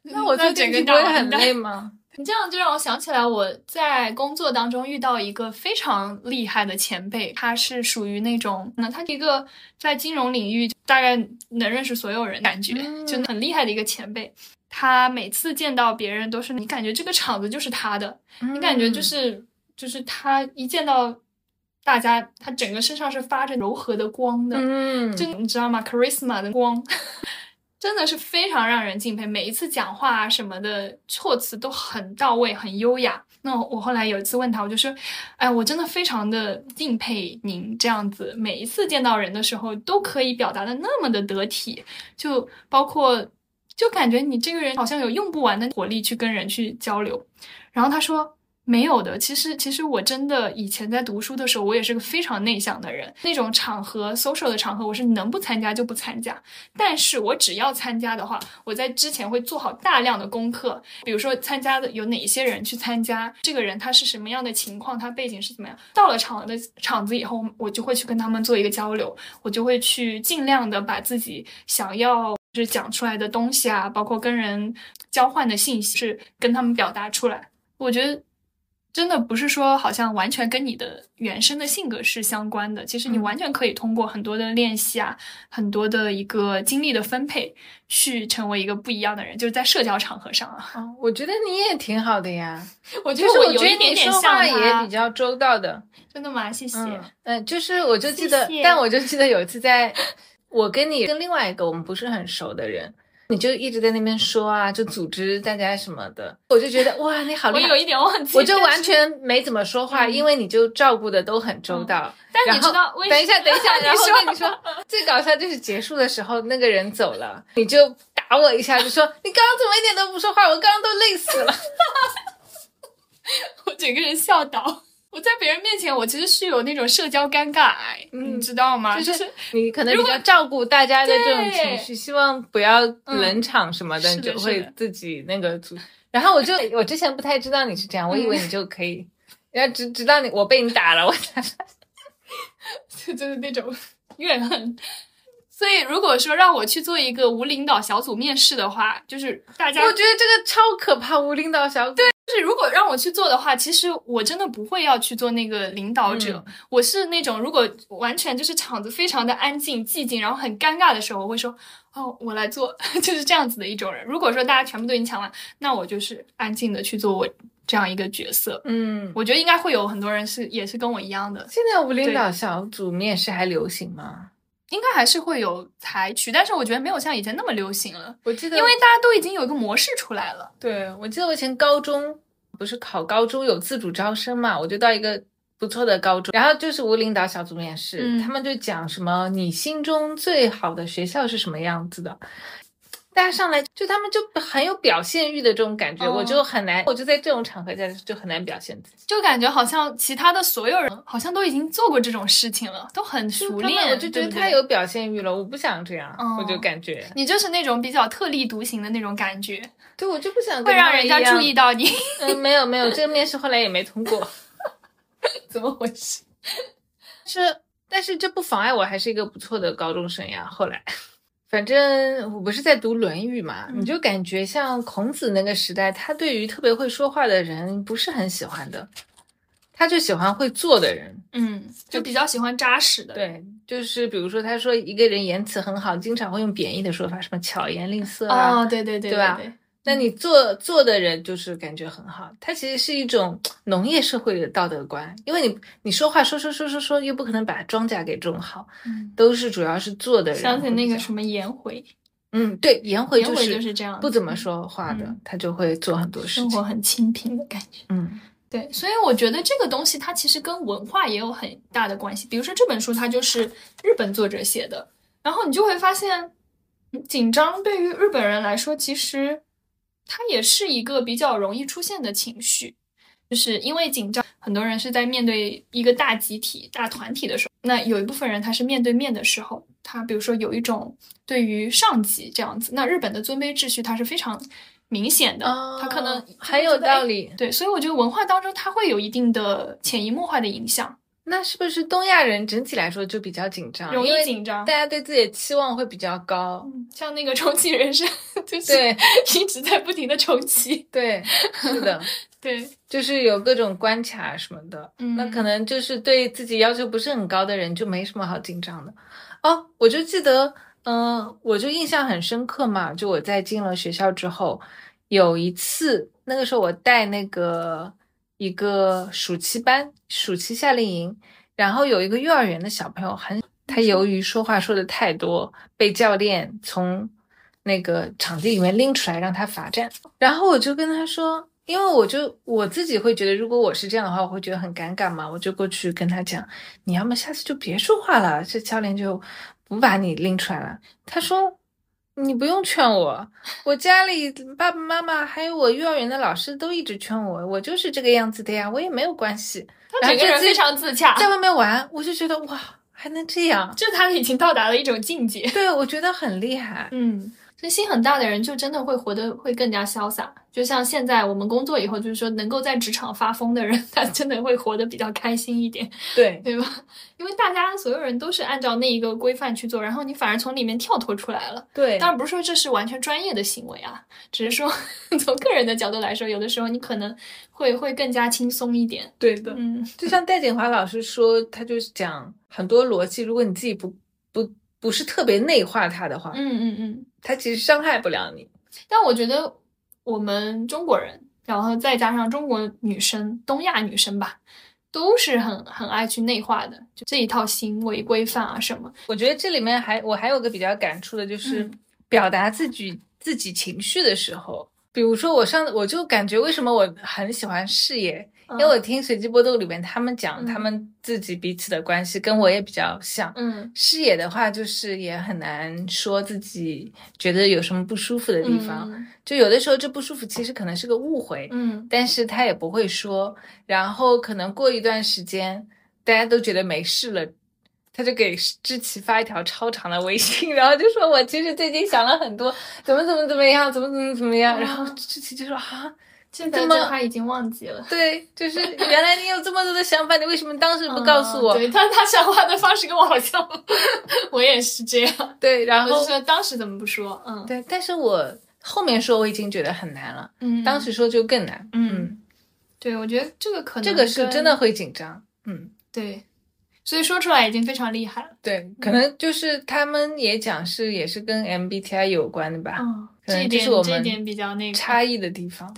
那我坐
整
电
个
梯不
大
会
完
很
蛋
累吗？
你这样就让我想起来，我在工作当中遇到一个非常厉害的前辈，他是属于那种，那他是一个在金融领域大概能认识所有人，感觉
嗯
就很厉害的一个前辈。他每次见到别人都是，你感觉这个场子就是他的，你感觉就
嗯
是就是他一见到大家，他整个身上是发着柔和的光的，
嗯，
就你知道吗？charisma 的光， 真的是非常让人敬佩。每一次讲话啊什么的措辞都很到位，很优雅。那我后来有一次问他，我就说：“哎，我真的非常的敬佩您这样子，每一次见到人的时候都可以表达的那么的得体，就包括就感觉你这个人好像有用不完的活力去跟人去交流。”然后他说。没有的，其实其实我真的以前在读书的时候，我也是个非常内向的人。那种场合 social 的场合，我是能不参加就不参加。但是我只要参加的话，我在之前会做好大量的功课，比如说参加的有哪一些人去参加，这个人他是什么样的情况，他背景是怎么样。到了场的场子以后，我就会去跟他们做一个交流，我就会去尽量的把自己想要就是讲出来的东西啊，包括跟人交换的信息，是跟他们表达出来。我觉得真的不是说好像完全跟你的原生的性格是相关的，其实你
嗯
完全可以通过很多的练习啊，很多的一个精力的分配，去成为一个不一样的人，就是在社交场合上啊。
哦我觉得你也挺好的呀，
我觉
就
得
是
我
觉
有
得
一点
你
点
说
像
话也
他
比，较周到的，
真的吗？谢谢。
嗯，呃就是我就记得，
谢谢
但我就记得有一次在，我跟你跟另外一个我们不是很熟的人，你就一直在那边说啊，就组织大家什么的，我就 觉得哇，你好
我
厉害
有。一点忘记，
我就
但
完
是，
全没怎么说话，
嗯
因为你就照顾的都很周到。
但
然
你
后
知道为
等一下，等一下，然后
说
跟 你说，最搞笑就是结束的时候那个人走了，你就打我一下，就说你刚刚怎么一点都不说话，我刚刚都累死了。
我整个人笑倒。我在别人面前，我其实是有那种社交尴尬癌，
嗯
你知道吗？
就是
是
你可能比较照顾大家的这种
对
情绪，希望不要冷场什么的，
嗯
你
是的
就是会
的
自己那个组。然后我就嗯我之前不太知道你是这样，我以为你就可以，然后直直到你我被你打了，我才
就是那种怨恨。所以，如果说让我去做一个无领导小组面试的话，就是大家
我觉得这个超可怕，无领导小组。对，
就是如果让我去做的话，其实我真的不会要去做那个领导者。我是那种如果完全就是场子非常的安静、寂静，然后很尴尬的时候，我会说哦，我来做， 就是这样子的一种人。如果说大家全部都已经抢完，那我就是安静的去做我这样一个角色。
嗯，
我觉得应该会有很多人是也是跟我一样的，
现在无领导小组面试还流行吗？
应该还是会有采取，但是我觉得没有像以前那么流行了，
我记得，
因为大家都已经有一个模式出来了。
对我记得我以前高中不是考高中有自主招生嘛，我就到一个不错的高中，然后就是无领导小组面试，
嗯
他们就讲什么你心中最好的学校是什么样子的。大家上来就他们就很有表现欲的这种感觉，
哦
我就很难，我就在这种场合下就很难表现自己。
就感觉好像其他的所有人好像都已经做过这种事情了，都很熟
他们
练。
我就觉
对
得
不对
太有表现欲了，我不想这样，
哦
我就感觉，
你就是那种比较特立独行的那种感觉，
对我就不想跟
会
他
让
们
人家
一样
注意 到你。
嗯，没有没有，这个面试后来也没通过，怎么回事？是，但是这不妨碍我还是一个不错的高中生呀。后来，反正我不是在读《论语》嘛，
嗯
你就感觉像孔子那个时代，他对于特别会说话的人不是很喜欢的，他就喜欢会做的人。
嗯，就比较喜欢扎实的。，啊
对，就是比如说，他说一个人言辞很好，经常会用贬义的说法，什么巧言令色啊，
哦，对对对
对吧
对对
那你做做的人就是感觉很好，它其实是一种农业社会的道德观，因为你你说话说说说说说，又不可能把庄稼给种好，
嗯
都是主要是做的人。
想起那个什么颜回，
嗯，对，颜回
颜
就
回
是
就是这样
不
子
怎么说话的，
嗯
他就会做很多事
生活
情。
很清贫的感觉。
嗯，
对，所以我觉得这个东西它其实跟文化也有很大的关系。比如说这本书它就是日本作者写的，然后你就会发现，嗯紧张对于日本人来说，其实它也是一个比较容易出现的情绪。就是因为紧张，很多人是在面对一个大集体、大团体的时候，那有一部分人他是面对面的时候，他比如说有一种对于上级这样子，那日本的尊卑秩序它是非常明显的，嗯他可能
很哦有道
理。
理。
对，所以我觉得文化当中它会有一定的潜移默化的影响，
那是不是东亚人整体来说就比较紧张，
容
因
易
为
紧张
大。家对自己的期望会比较高。
嗯像那个重启人生， 就是
对
一直在不停的重启。
对，是的，
对，
就是有各种关卡什么的。
嗯
那可能就是对自己要求不是很高的人，就没什么好紧张的。哦，我就记得，嗯、我就印象很深刻嘛，就我在进了学校之后，有一次，那个时候我带那个一个暑期班、暑期夏令营，然后有一个幼儿园的小朋友很，他由于说话说的太多，被教练从那个场地里面拎出来让他罚站。然后我就跟他说，因为我就我自己会觉得，如果我是这样的话，我会觉得很尴尬嘛，我就过去跟他讲，你要么下次就别说话了，这教练就不把你拎出来了。他说。你不用劝我，我家里爸爸妈妈还有我幼儿园的老师都一直劝我，我就是这个样子的呀，我也没有关系。
他
然后
整个人
这
非
次
常自洽，
在外面玩，我就觉得哇，还能这样，
就是他已经到达了一种境界。
对我觉得很厉害。
嗯，所以心很大的人就真的会活得会更加潇洒。就像现在我们工作以后，就是说能够在职场发疯的人，他真的会活得比较开心一点，
对，
对吧？因为大家所有人都是按照那一个规范去做，然后你反而从里面跳脱出来了。
对
当然不是说这是完全专业的行为啊，只是说 从个人的角度来说，有的时候你可能会会更加轻松一点。
对的。
嗯，
就像戴锦华老师说，他就是讲很多逻辑，如果你自己不不不是特别内化它的话，
嗯嗯嗯，
它其实伤害不了你。
但我觉得我们中国人，然后再加上中国女生、东亚女生吧，都是很很爱去内化的，就这一套行为规范啊什么。
我觉得这里面还我还有个比较感触的就是
嗯
表达自己、自己情绪的时候，比如说我上我就感觉为什么我很喜欢事业，因为我听随机波动里面他们讲
嗯
他们自己彼此的关系跟我也比较像，
嗯
视野的话，就是也很难说自己觉得有什么不舒服的地方。，就有的时候这不舒服其实可能是个误会，
嗯
但是他也不会说。然后可能过一段时间，大家都觉得没事了，他就给志奇发一条超长的微信， 然后就说我其实最近想了很多，怎么怎么怎么样，怎么怎么怎么
哦
样。然后志奇就说啊，
现在
这么
这他已经忘记了。
对，就是原来你有这么多的想法，你为什么当时不告诉我？
嗯对他，他讲话的方式跟我好像， 我也是这样。
对，然
我就
后
说当时怎么不说？嗯
对，但是我后面说我已经觉得很难了。
嗯，
当时说就更难。
嗯，对，我觉得这个可能
这个是
跟
真的会紧张。嗯，
对，所以说出来已经非常厉害了。
对，可能就是他们也讲是也是跟 MBTI 有关的吧，
嗯，
可
这
能
一
这
点
是我
这一
们
点比较那个
差异的地方。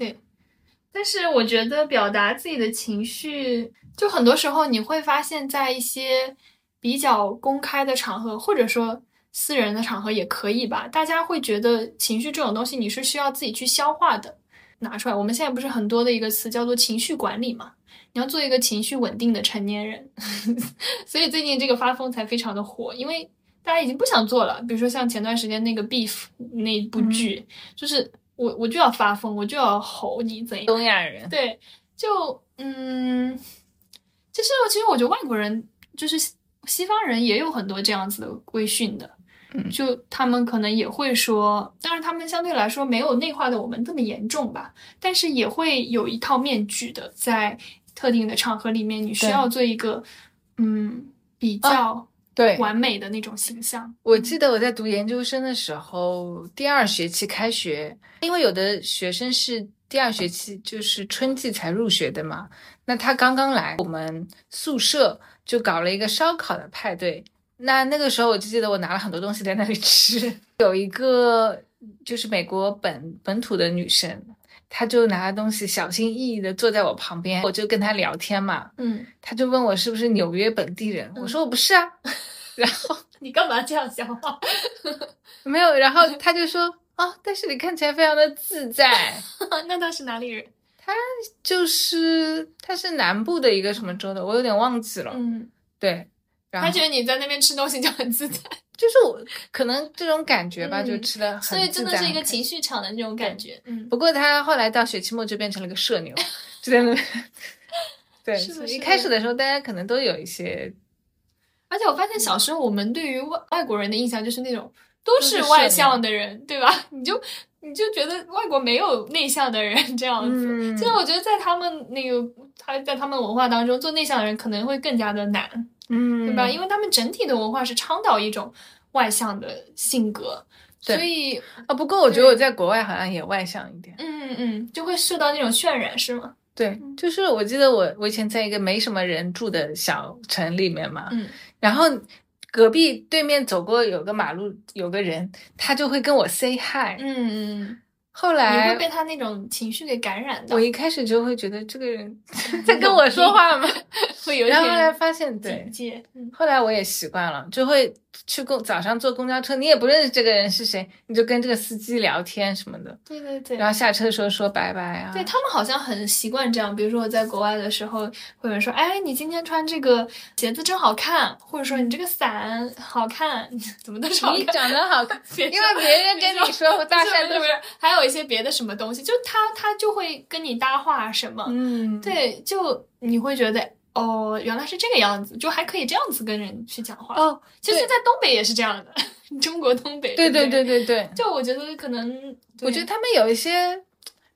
但是我觉得表达自己的情绪，就很多时候你会发现，在一些比较公开的场合，或者说私人的场合也可以吧，大家会觉得情绪这种东西你是需要自己去消化的，拿出来。我们现在不是很多的一个词叫做情绪管理嘛？你要做一个情绪稳定的成年人， 所以最近这个发疯才非常的火，因为大家已经不想做了。比如说像前段时间那个《Beef》那部剧，就是我我就要发疯，我就要吼你怎样？
东亚人，
对，就嗯，就是其实我觉得外国人就是西西方人也有很多这样子的规训的，
嗯
就他们可能也会说，当然他们相对来说没有内化的我们这么严重吧，但是也会有一套面具的，在特定的场合里面，你需
对哦
要做一个嗯比较
对
完美的那种形象。
我记得我在读研究生的时候，第二学期开学，因为有的学生是第二学期就是春季才入学的嘛，那他刚刚来，我们宿舍就搞了一个烧烤的派对。那那个时候我就记得我拿了很多东西在那里吃，有一个就是美国本本土的女生，她就拿东西小心翼翼的坐在我旁边，我就跟她聊天嘛，
嗯，
她就问我是不是纽约本地人，我说我不是啊，然后。
你干嘛这样讲话？
没有，然后他就说啊、但是你看起来非常的自在，
那他是哪里人？
就是他是南部的一个什么州的，我有点忘记了。
嗯
对，然
他
后
觉得你在那边吃东西就很自在，
就是我可能这种感觉吧，
嗯
就吃的很
所以真的
自在
是一个
很开
情
心
绪场的那种感觉。嗯，
不过他后来到学期末就变成了个 社牛，就在那边。对，
是的
所
是
以一
的
开始的时候，大家可能都有一些
而且我发现小时候我们对于外外国人的印象就是那种都
是
是外向的人，对吧？ 你就你就觉得外国没有内向的人这样子。
嗯
其实我觉得在他们那个他在他们文化当中做内向的人可能会更加的难，
嗯
对吧？因为他们整体的文化是倡导一种外向的性格，
对
所以
啊，不过我觉得我在国外好像也外向一点。
嗯嗯，就会受到那种渲染，是吗？
对，
嗯
就是我记得我我以前在一个没什么人住的小城里面嘛，
嗯，
然后隔壁对面走过有个马路有个人，他就会跟我 say hi。
嗯嗯，
后
你
来
会被他那种情绪给感染到
我，一开始就会觉得这 个人在跟我说话 吗？
会有一
然后后来
点
发现对
警。戒。嗯
后来我也习惯了，就会去公早上坐公交车，你也不认识这个人是谁，你就跟这个司机聊天什么的，
对对对，
然后下车的时候说拜拜啊。
对他们好像很习惯这样，比如说我在国外的时候，会有人说：“哎，你今天穿这个鞋子真好看，或者说你这个伞好看， 怎么都是好
嗯你
看。
长得 好看，”
因
因为别人跟 你说大山
不
都
是还有一些别的什么东西，就他他就会跟你搭话什么，
嗯，
对，就你会觉得哦，原来是这个样子，就还可以这样子跟人去讲话。
哦，
其实，在东北也是这样的， 中国东北。
对
对
对
不
对对对，
就我觉得可能，
我觉得他们有一些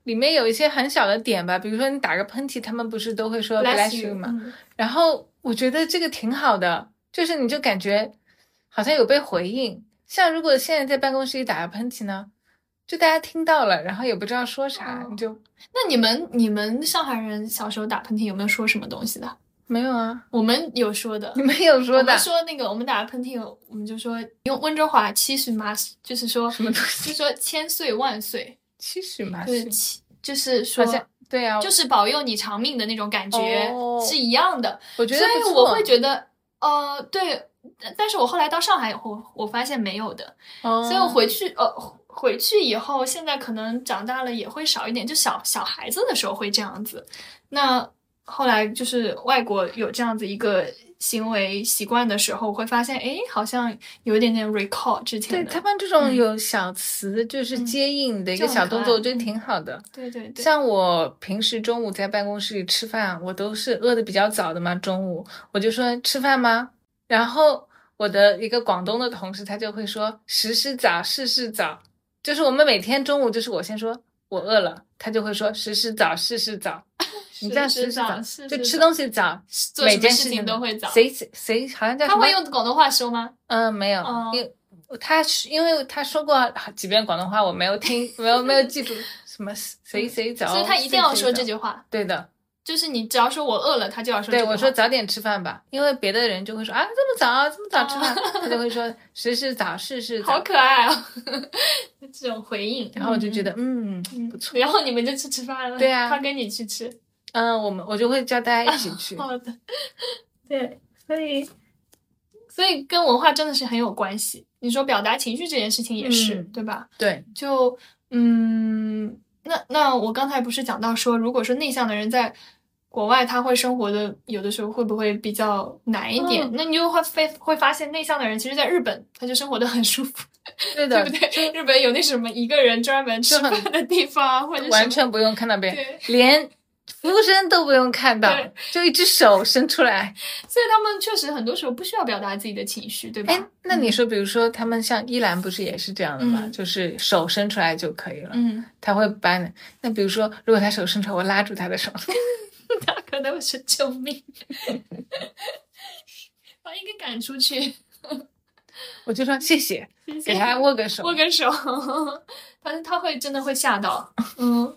里面有一些很小的点吧，比如说你打个喷嚏，他们不是都会说
bless
bless
you
you 嘛，
嗯
然后我觉得这个挺好的，就是你就感觉好像有被回应。像如果现在在办公室里打个喷嚏呢，就大家听到了，然后也不知道说啥，
哦
你就
那你们你们上海人小时候打喷嚏有没有说什么东西的？
没有啊，
我们有说的，
你没有说
我
的
们，说那个我们打喷嚏，我们就说用温州话“七岁妈”，就是说
什么东西
就说千岁万岁，
七十嘛，
就是
是
七，就是说
好像对啊，
就是保佑你长命的那种感觉、
哦
是一样的，
我觉得
所
不
以
错
我会觉得，呃，对，但但是我后来到上海以后，我发现没有的，
哦
所以我回去呃回去以后，现在可能长大了也会少一点，就小小孩子的时候会这样子。那后来就是外国有这样子一个行为习惯的时候，会发现哎，好像有一点点 recall 之前
对
的。
他们这种
嗯
有小词，就是
嗯
接应你的一
就
个
很嗯
小
可
动作，
爱
我觉得挺好的。
对对对
像我平时中午在办公室里吃饭，我都是饿的比较早的嘛，中午我就说吃饭吗？然后我的一个广东的同事他就会说时是早，事是早，就是我们每天中午就是我先说我饿了，他就会说时是早，事是早，你这样
是
时
是早
是
是
就是吃
早
东西早，
做
每
什么
件
事情
情
都会早。
谁谁谁好像叫什
他
么
会用广东话说吗？
嗯，没有，
哦
因为他是因为他说过几遍广东话，我没有听，没有没有记住什么谁谁 早，
所以他一定
谁
要
谁
说
早
这句话，
对的，
就是你只要说我饿了，他就要说这
对
句话。
我说早点吃饭吧，因为别的人就会说啊这么早这么早吃饭，他就会说时是早事是
哦好
早，
可爱哦， 这种回应。
然后我就觉
嗯
得嗯
嗯
不错，
然后你们就去吃饭了，
对啊
他跟你去吃，
嗯，我们我就会叫大家一
哦
起去，
好的， 对，所以所以跟文化真的是很有关系。你说表达情绪这件事情也是，
嗯
对吧？
对，
就嗯，那那我刚才不是讲到说，如果说内向的人在国外，他会生活的有的时候会不会比较难一点？
嗯
那你就会会会发现，内向的人其实在日本他就生活的很舒服，
对
对
的
不，对？日本有那什么一个人专门吃
就很
饭的地方啊，或者什
完
么
全不用看到别人，
对。
连服务生都不用看到
对，
就一只手伸出来。
所以他们确实很多时候不需要表达自己的情绪，对吧
哎？，那你说，比如说他们像伊兰不是也是这样的嘛，
嗯
就是手伸出来就可以了，
嗯，
他会把你。那比如说，如果他手伸出来，我拉住他的手，
他可能是救命， 把一个赶出去，
我就说谢谢，
谢谢
给他握个手。
握个手，但是他会真的会吓到，嗯，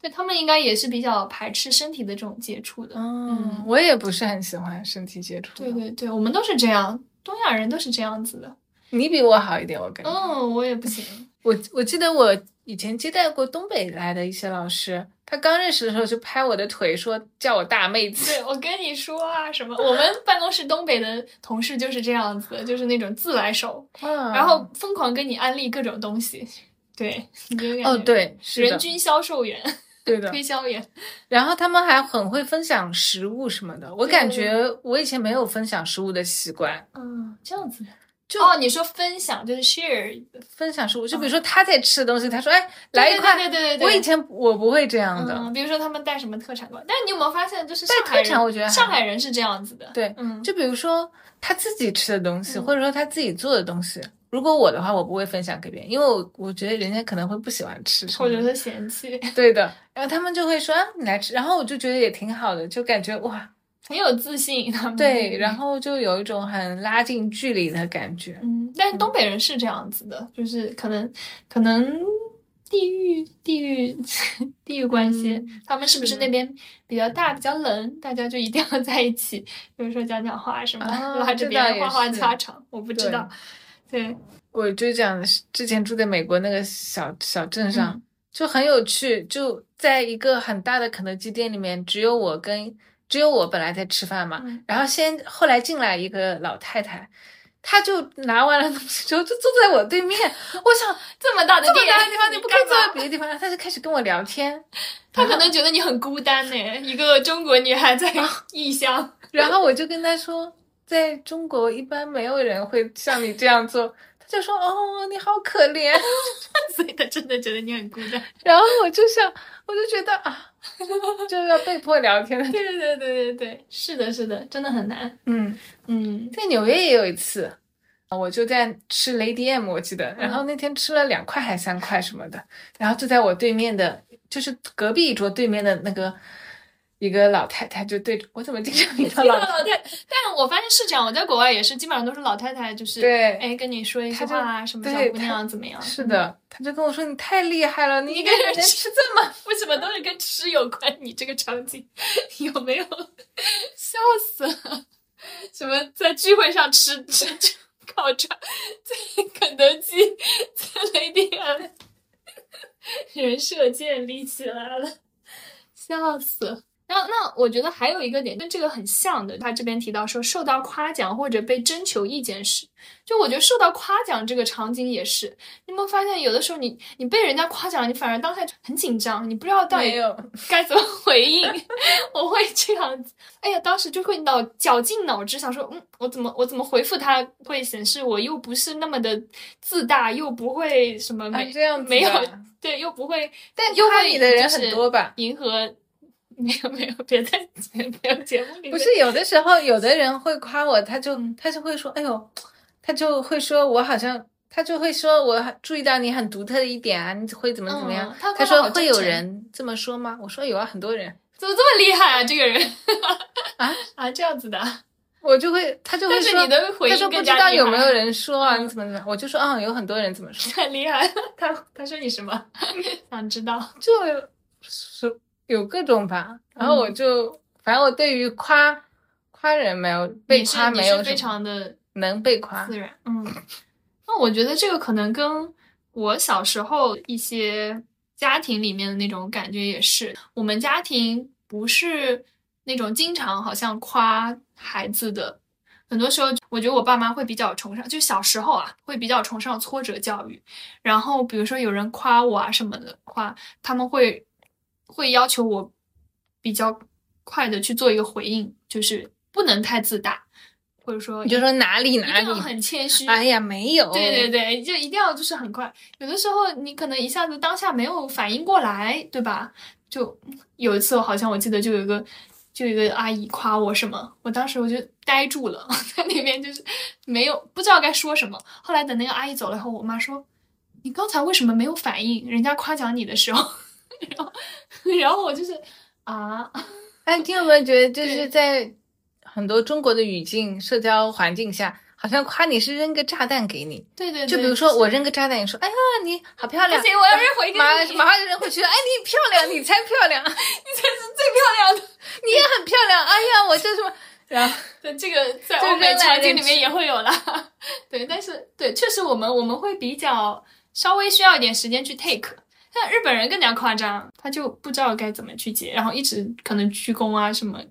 对他们应该也是比较排斥身体的这种接触的，
嗯
嗯，
我也不是很喜欢身体接触。
对，对对，我们都是这样，东亚人都是这样子的，
你比我好一点，我感觉。
嗯，我也不行，
哦我我记得我以前接待过东北来的一些老师，他刚认识的时候就拍我的腿说叫我大妹子。
对我跟你说啊，什么，我们办公室东北的同事就是这样子的，就是那种自来熟，然
然
后疯狂跟你安利各种东西，对，你就感觉
哦，对，是的
人均销售员，
对的。
推销员，
然后他们还很会分享食物什么的，我感觉我以前没有分享食物的习惯。
嗯，这样子。
就
哦，你说分享就是 share，
分享食物，就比如说他在吃的东西，他说：“哎，来一
对
块。
对对对对，
我以前我不会这样的，
嗯，比如说他们带什么特产过来，但是你有没有发现，就是
带
上海
特产
人
我觉得还
上海人是这样子的，
对
嗯，
就比如说他自己吃的东西，
嗯
或者说他自己做的东西。如果我的话，我不会分享给别人，因为我我觉得人家可能会不喜欢吃什么
或
的。
者是嫌 弃，
对的，然后他们就会说啊，你来吃，然后我就觉得也挺好的，就感觉哇，
很有自信他们。
对，然后就有一种很拉近距离的感觉。
嗯，但是东北人是这样子的，就是可能可能地域地域 地域关系，他们是不是
嗯是
那边比较大比较冷，大家就一定要在一起，比如说讲讲话什么，
啊
拉着
这
别
倒
人
也
话话
是
家常，我不知道。对，
我就讲之前住在美国那个小小镇上，
嗯
就很有趣，就在一个很大的肯德基店里面，只有我跟只有我本来在吃饭嘛，
嗯
然后先后来进来一个老太太，她就拿完了东西之后就坐在我对面，我想
这么大的
这么
店
大的地方你不可以
干
坐在
嘛
别的地方，然后她就开始跟我聊天，
他可能觉得你很孤单呢，一个中国女孩在
啊
异乡。
然后我就跟他说，在中国一般没有人会像你这样做。他就说：“哦，你好可怜。
所以他真的觉得你很孤单。”
然后我就想，我就觉得啊，就要被迫聊天了。
对对对对对对， 是的，是的，真的很难。
嗯，
嗯，
在纽约也有一次，呃我就在吃雷 d M，我记得，然后
嗯
那天吃了两块还三块什么的，然后就在我对面的，就是隔壁一桌对面的那个一个老太太，就对着我怎么经常遇到
老
老
老
太
太，但我发现是这样，我在国外也是，基本上都是老太太，就是
对
哎，跟你说一句
她就
话啊，什么
对
小姑
她
娘怎么样？
是，的，他就跟我说：“你太厉害了，你
一
一
个
个
人
人吃这么
为什么都是跟吃有关？你这个场景 有没有笑死了？什么在聚会上吃吃吃烤串，在肯德基，在雷迪安，人设建立起来了，笑死了。然后，那我觉得还有一个点跟这个很像的，他这边提到说受到夸奖或者被征求意见时，就我觉得受到夸奖这个场景也是，你有没有发现，有的时候你你被人家夸奖了，你反而当下就很紧张，你不知道到
没
底
有。”
该怎么回应。 我会这样子，哎呀，当时就会脑绞尽脑汁，想说，嗯，我怎么我怎么回复他，会显示我又不是那么的自大，又不会什么没、
啊，这样子
没有
的
对，又不会
但
又
夸
会
你的人
就
很
是
多吧？
迎合。 没有没有，别在没有节目里面
不是，有的时候有的人会夸我，他就他就会说，哎呦，他就会说我好像，他就会说我注意到你很独特的一点啊，你会怎么怎么样
嗯？他
他
说
说
好
会
真
有
诚
人这么说吗？我说有啊，很多人，
怎么这么厉害啊？这个人
啊
啊这样子的啊，
我就会他就会
但是
说
你，的回
他
应
说不
更
知
加
道
厉
有没
害嗯
有人说啊，你怎么怎么样？我就说啊，有很多人怎么说，
太厉害了。他他说你什么？ 想知道？
就是有各种吧。然后我
嗯
就反正我对于夸夸人没有被
你是
夸
你
没
是
有什
非
么
常的
能被夸，
自然。嗯，那我觉得这个可能跟我小时候一些家庭里面的那种感觉也是，我们家庭不是那种经常好像夸孩子的。很多时候，我觉得我爸妈会比较崇尚，就小时候啊，会比较崇尚挫折教育。然后，比如说有人夸我啊什么的夸他们会会要求我比较快的去做一个回应，就是不能太自大，或者说
你就说哪里
一
哪
定要
里，
很谦虚。
哎呀，没有，
对对对，就一定要就是很快。有的时候你可能一下子当下没有反应过来，对吧？就有一次，我好像我记得就有一个就有一个阿姨夸我什么，我当时我就呆住了， 在那边就是没有不知道该说什么。后来等那个阿姨走了以后，我妈说：“你刚才为什么没有反应？人家夸奖你的时候。” 然后然后我就是啊，
哎，你有没有觉得，就
对
是在很多中国的语境、社交环境下，好像夸你是扔个炸弹给你？
对对对，
就比如说我扔个炸弹，你说：“哎呀，你好漂亮！”
不行，我要扔回给
马
你，
马上就扔回去了。哎，你漂亮，你才漂亮， 你
这是最漂 亮的。
也很漂亮。哎呀，我就什么，然 后
对，这个在
就
欧美
扔来
场景
扔
里面
去
也会有啦。 对，但是对，确实我们我们会比较稍微需要一点时间去 take。但日本人更加夸张，他就不知道该怎么去接，然后一直可能鞠躬啊什么。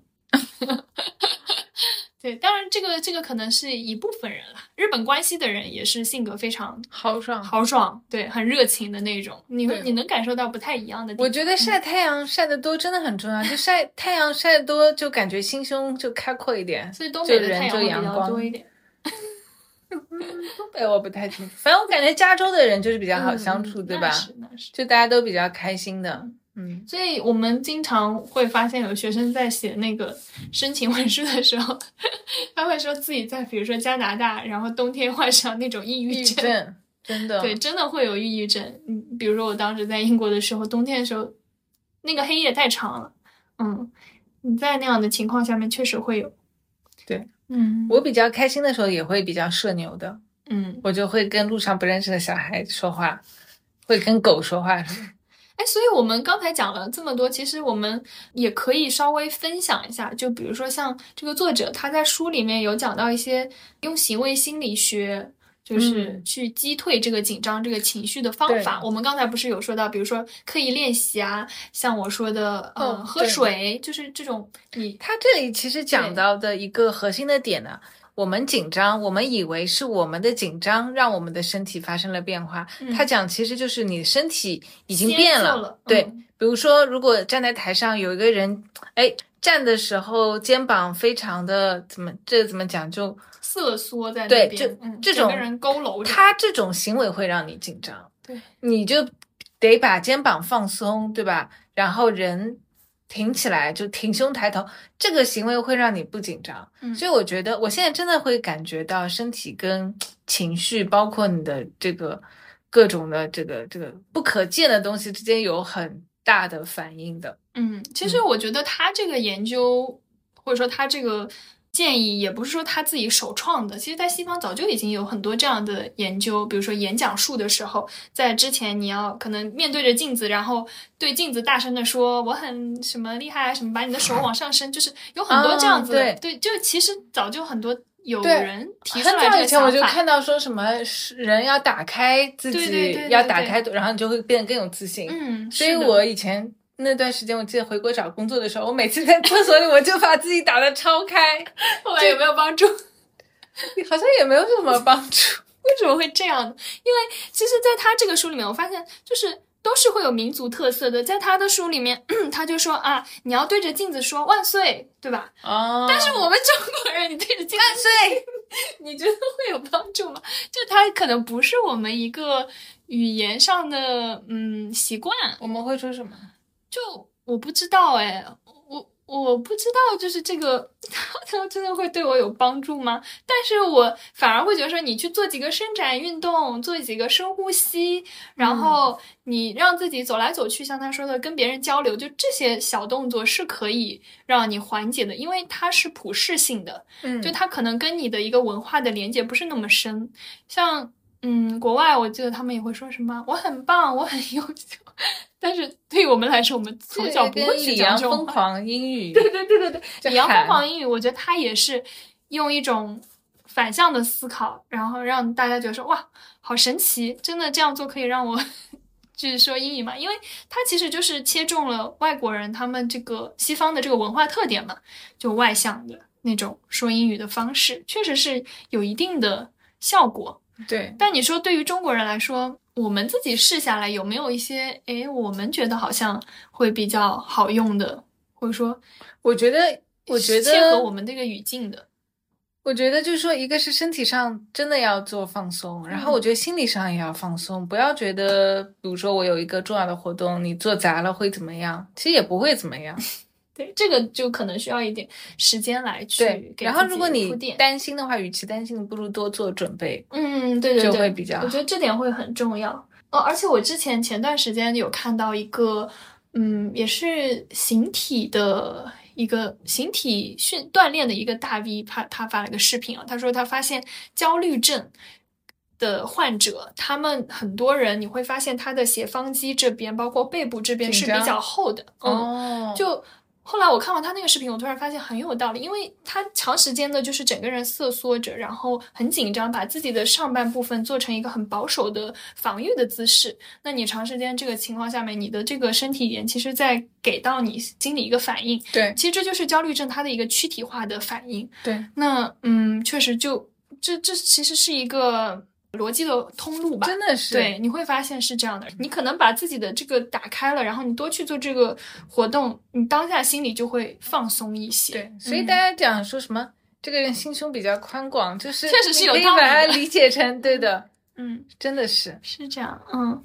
对，当然这个这个可能是一部分人啦，日本关西的人也是性格非常
豪爽。
豪爽，对，很热情的那种，你会
对
你能感受到不太一样的地方。
我觉得晒太阳晒得多真的很重要，就晒太阳晒得多，就感觉心胸就开阔一点。
所以东北的
就人
太阳
就
会比
阳
较
光
多一点。
东北我不太清楚，反正我感觉加州的人就是比较好
嗯
相处，对
那
吧？
是那是。
就大家都比较开心的，嗯，
所以我们经常会发现有学生在写那个申请文书的时候，他会说自己在比如说加拿大，然后冬天患上那种抑郁
抑郁
症。
症真的
对，真的会有抑郁症。嗯，比如说我当时在英国的时候，冬天的时候，那个黑夜太长了。嗯，你在那样的情况下面确实会有。
对，
嗯，
我比较开心的时候也会比较社牛的，
嗯，
我就会跟路上不认识的小孩说话，会跟狗说话什么。
哎，所以我们刚才讲了这么多，其实我们也可以稍微分享一下，就比如说像这个作者他在书里面有讲到一些用行为心理学。就是
嗯
去击退这个紧张、这个情绪的方
对
法。我们刚才不是有说到，比如说刻意练习啊，像我说的，呃，
哦
喝
对
水，就是这种你
他这里其实讲到的一个核心的点呢、我们紧张，我们以为是我们的紧张让我们的身体发生了变化。
嗯
他讲其实就是你的身体已
已
经变了，
了
对，
嗯
比如说，如果站在台上有一个人，哎，站的时候肩膀非常的怎么这怎么讲？就
瑟缩在那
对
边
这
嗯
这
整个
种
人佝偻着，
他这种行为会让你紧张，
对，
你就得把肩膀放松，对吧？然后人挺起来，就挺胸抬头，这个行为会让你不紧张。
嗯
所以我觉得我现在真的会感觉到身体跟情绪，包括你的这个各种的这个这个不可见的东西之间有很大的反应的。
嗯，其实我觉得他这个研究，或者说他这个建议，也不是说他自己首创的。其实，在西方早就已经有很多这样的研究，比如说演讲术的时候，在之前你要可能面对着镜子，然后对镜子大声的说“我很什么厉害啊”，什么把你的手往上伸，就是有很多这样子的。
啊
对，就其实早就很多有
对
人提出
很
来
早
这
以
个
前
想
我就
法。
看到说什么是人要打开自己，
对对对对
要打开，然后你就会变得更有自信。
嗯，
所以
是的
我以前那段时间，我记得回国找工作的时候，我每次在厕所里我就把自己打的超开，
后来有没有帮助？
好像也没有什么帮 助。
为什么会这样呢？因为其实，在他这个书里面，我发现就是都是会有民族特色的。在他的书里面， 他就说啊，你要对着镜子说万岁，对吧？
哦，但
但是我们中国人，你对着镜子，
对，
你觉得会有帮助吗？就他可能不是我们一个语言上的嗯习惯，
我们会说什么？
就我不知道哎，我我不知道，就是这个它真的会对我有帮助吗？但是我反而会觉得说，你去做几个伸展运动，做几个深呼吸，然后你让自己走来走去，像他说的，跟别人交流，就这些小动作是可以让你缓解的，因为它是普适性的，
嗯
就它可能跟你的一个文化的连接不是那么深，像。嗯，国外我记得他们也会说什么“我很棒，我很优秀”， 但是对于我们来说，我们从小不会
跟
去
李
讲
阳
这种
疯
话。
狂英语，
对对对对对，
就
李阳疯
喊
狂英语，我觉得他也是用一种反向的思考，然后让大家觉得说哇，好神奇，真的这样做可以让我 就是说英语嘛，因为他其实就是切中了外国人他们这个西方的这个文化特点嘛，就外向的那种说英语的方式，确实是有一定的效果。
对，
但你说对于中国人来说，我们自己试下来有没有一些诶，我们觉得好像会比较好用的，或者说
我觉得，我觉
切合
得
我们这个语境的，
我觉得就是说，一个是身体上真的要做放松，然后
嗯
我觉得心理上也要放松，不要觉得，比如说我有一个重要的活动，你做砸了会怎么样？其实也不会怎么样。
对这个就可能需要一点时间来去
对，
给
然后
自己
如果
铺
你
垫，
担心的话，与其担心，不如多做准备，
嗯，对对对，
就会比较
我
好
觉。得这点会很重要。呃，而且我之前前段时间有看到一个，嗯，也是形体的一个形体训锻炼的一个大 V，他他发了个视频啊，他说他发现焦虑症。的患者，他们很多人你会发现他的斜方肌这边，包括背部这边是
紧张
比较厚的，嗯，
哦，
就后来我看完他那个视频，我突然发现很有道理，因为他长时间的就是整个人瑟缩着，然后很紧张，把自己的上半部分做成一个很保守的防御的姿势。那你长时间这个情况下面，你的这个身体语言其实在给到你心理一个反应，
对
其实这就是焦虑症它的一个躯体化的反应。
对，
那嗯，确实就这这其实是一个逻辑的通路吧，
真的是
对，你会发现是这样的。你可能把自己的这个打开了，然后你多去做这个活动，你当下心里就会放松一些。嗯
对，所以大家讲说什么、这个人心胸比较宽广，就是
确实是
你
有
可以
道
把
理
它
的
理解成对的，
嗯，
真的是
是这样，嗯。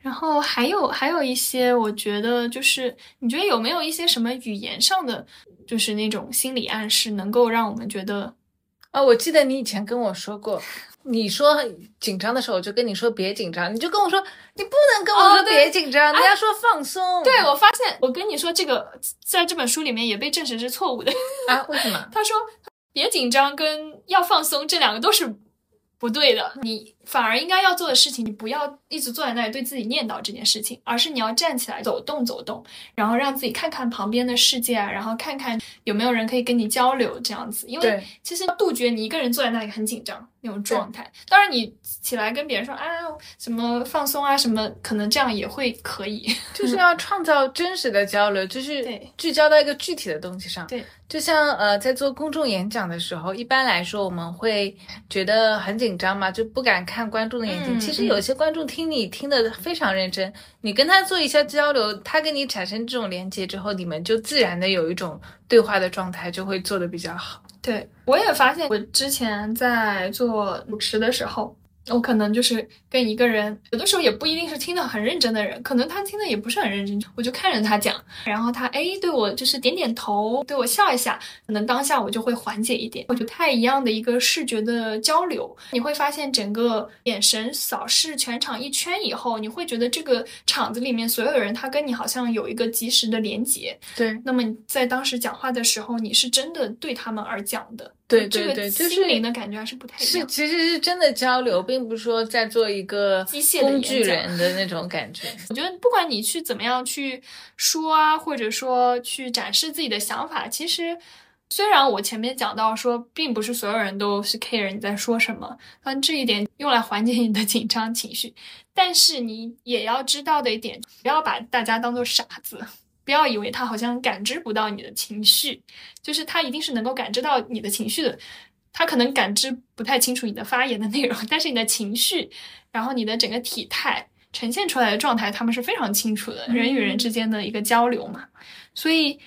然后还有还有一些，我觉得就是你觉得有没有一些什么语言上的，就是那种心理暗示，能够让我们觉得
啊、我记得你以前跟我说过，你说紧张的时候，我就跟你说别紧张，你就跟我说你不能跟我
哦
说
对
别紧张，你要说放松。
对，哎我发现，我跟你说，这个在这本书里面也被证实是错误的。
啊，为什么？
他说，别紧张跟要放松这两个都是不对的。你反而应该要做的事情，你不要一直坐在那里对自己念叨这件事情，而是你要站起来走动走动，然后让自己看看旁边的世界啊，然后看看有没有人可以跟你交流这样子。因为
对
其实杜绝你一个人坐在那里很紧张那种状态。当然，你起来跟别人说啊什么放松啊什么，可能这样也会可以。
就是要创造真实的交流，就是
嗯对
聚焦到一个具体的东西上。
对，
就像呃，在做公众演讲的时候，一般来说我们会觉得很紧张嘛，就不敢看观众的眼睛。
嗯
其实有些观众听你听得非常认真，你跟他做一下交流，他跟你产生这种连接之后，你们就自然的有一种对话的状态，就会做得比较好。
对，我也发现，我之前在做主持的时候，我可能就是跟一个人，有的时候也不一定是听得很认真的人，可能他听的也不是很认真，我就看着他讲，然后他哎对我就是点点头，对我笑一下，可能当下我就会缓解一点，我就不太一样的一个视觉的交流，你会发现整个眼神扫视全场一圈以后，你会觉得这个场子里面所有人他跟你好像有一个及时的连接，
对
那么你在当时讲话的时候，你是真的对他们而讲的，
对
这
对对
个
就是
心灵的感觉还是不太一
是
样。
其实是真的交流，并不是说在做一个
机械的
工具
演讲
人的那种感觉。
我觉得不管你去怎么样去说啊，或者说去展示自己的想法，其实虽然我前面讲到说，并不是所有人都是 care 你在说什么，但这一点用来缓解你的紧张情绪，但是你也要知道的一点，不要把大家当做傻子。不要以为他好像感知不到你的情绪，就是他一定是能够感知到你的情绪的，他可能感知不太清楚你的发言的内容， 但是你的情绪，然后你的整个体态呈现出来的状态，他们是非常清楚的，人与人之间的一个交流嘛，所以。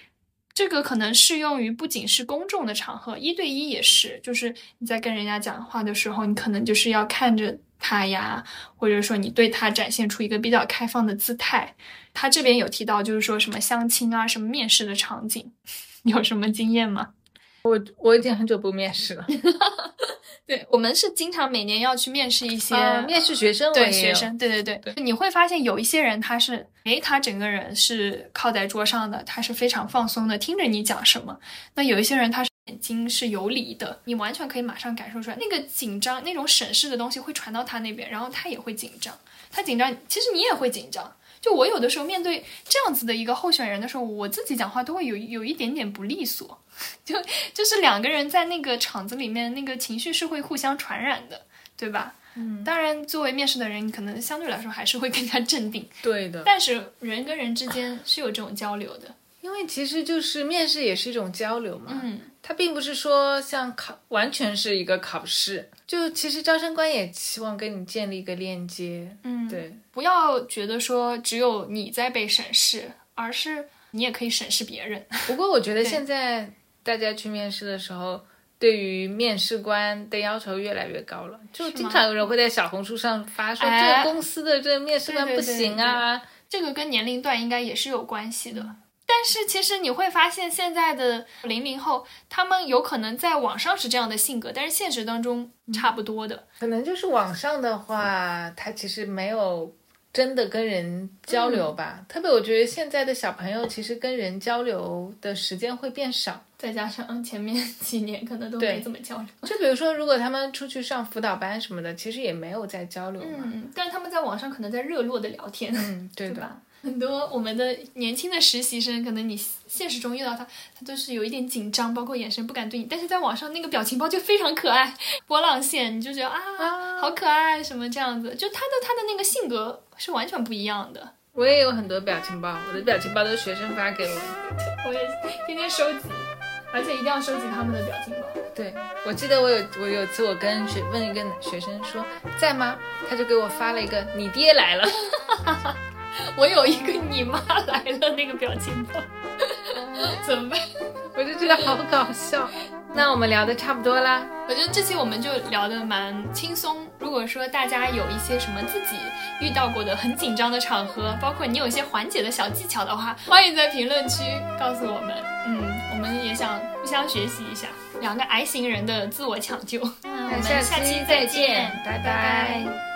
这个可能适用于不仅是公众的场合，一对一也是，就是你在跟人家讲话的时候，你可能就是要看着他呀，或者说你对他展现出一个比较开放的姿态。他这边有提到，就是说什么相亲啊、什么面试的场景， 你有什么经验吗？
我已经很久不 面试了，
对我们是经常每年要去面试一些、
啊面试学生我
对
也
学
有
生，对对对，
对
你会发现有一些人他是，诶，他整个人是靠在桌上的，他是非常放松的，听着你讲什么。那有一些人他是眼睛是游离的，你完全可以马上感受出来，那个紧张那种审视的东西会传到他那边，然后他也会紧张，他紧张，其实你也会紧张。就我有的时候面对这样子的一个候选人的时候，我自己讲话都会有有一点点不利索， 就就是两个人在那个场子里面，那个情绪是会互相传染的，对吧？当然，作为面试的人，你可能相对来说还是会更加镇定，
对的。
但是人跟人之间是有这种交流的。
因为其实就是面试也是一种交流嘛，
嗯，
它并不是说像考，完全是一个考试。就其实招生官也希望跟你建立一个链接，
嗯
对
不要觉得说只有你在被审视，而是你也可以审视别人。
不过我觉得
对
现在大家去面试的时候，对于面试官的要求越来越高了。就经常有人会在小红书上发说，
哎
这个公司的这个面试官
对
不
对对
行啊，
这个跟年龄段应该也是有关系的。但是其实你会发现，现在的零零后，他们有可能在网上是这样的性格，但是现实当中差不多的。
可能就是网上的话，他其实没有真的跟人交流
嗯
吧。特别我觉得现在的小朋友其实跟人交流的时间会变少。
再加上嗯前面几年可能都
对
没怎么交流，
就比如说，如果他们出去上辅导班什么的，其实也没有在交流嘛。
嗯嗯，但是他们在网上可能在热络的聊天，
嗯，对
对
的。
吧？很多我们的年轻的实习生，可能你现实中遇到他，他就是有一点紧张，包括眼神不敢对你，但是在网上那个表情包就非常可爱，波浪线，你就觉得啊，好可爱，什么这样子，就他的他的那个性格是完全不一样的。
我也有很多表情包，我的表情包都是学生发给我的。
我也天天收集，而且一定要收集他们的表情包。
对，我记得我有我有次我跟学问一个学生说在吗，他就给我发了一个你爹来了，
我有一个你妈来了那个表情包， 怎么办？
我就觉得好搞笑。那我们聊的差不多啦，
我觉得这期我们就聊得蛮轻松。如果说大家有一些什么自己遇到过的很紧张的场合，包括你有一些缓解的小技巧的话，欢迎在评论区告诉我们。嗯，我们也想互相学习一下两个 I 嗯型人的自我抢救。那我
那
们下期再见，
拜拜
拜拜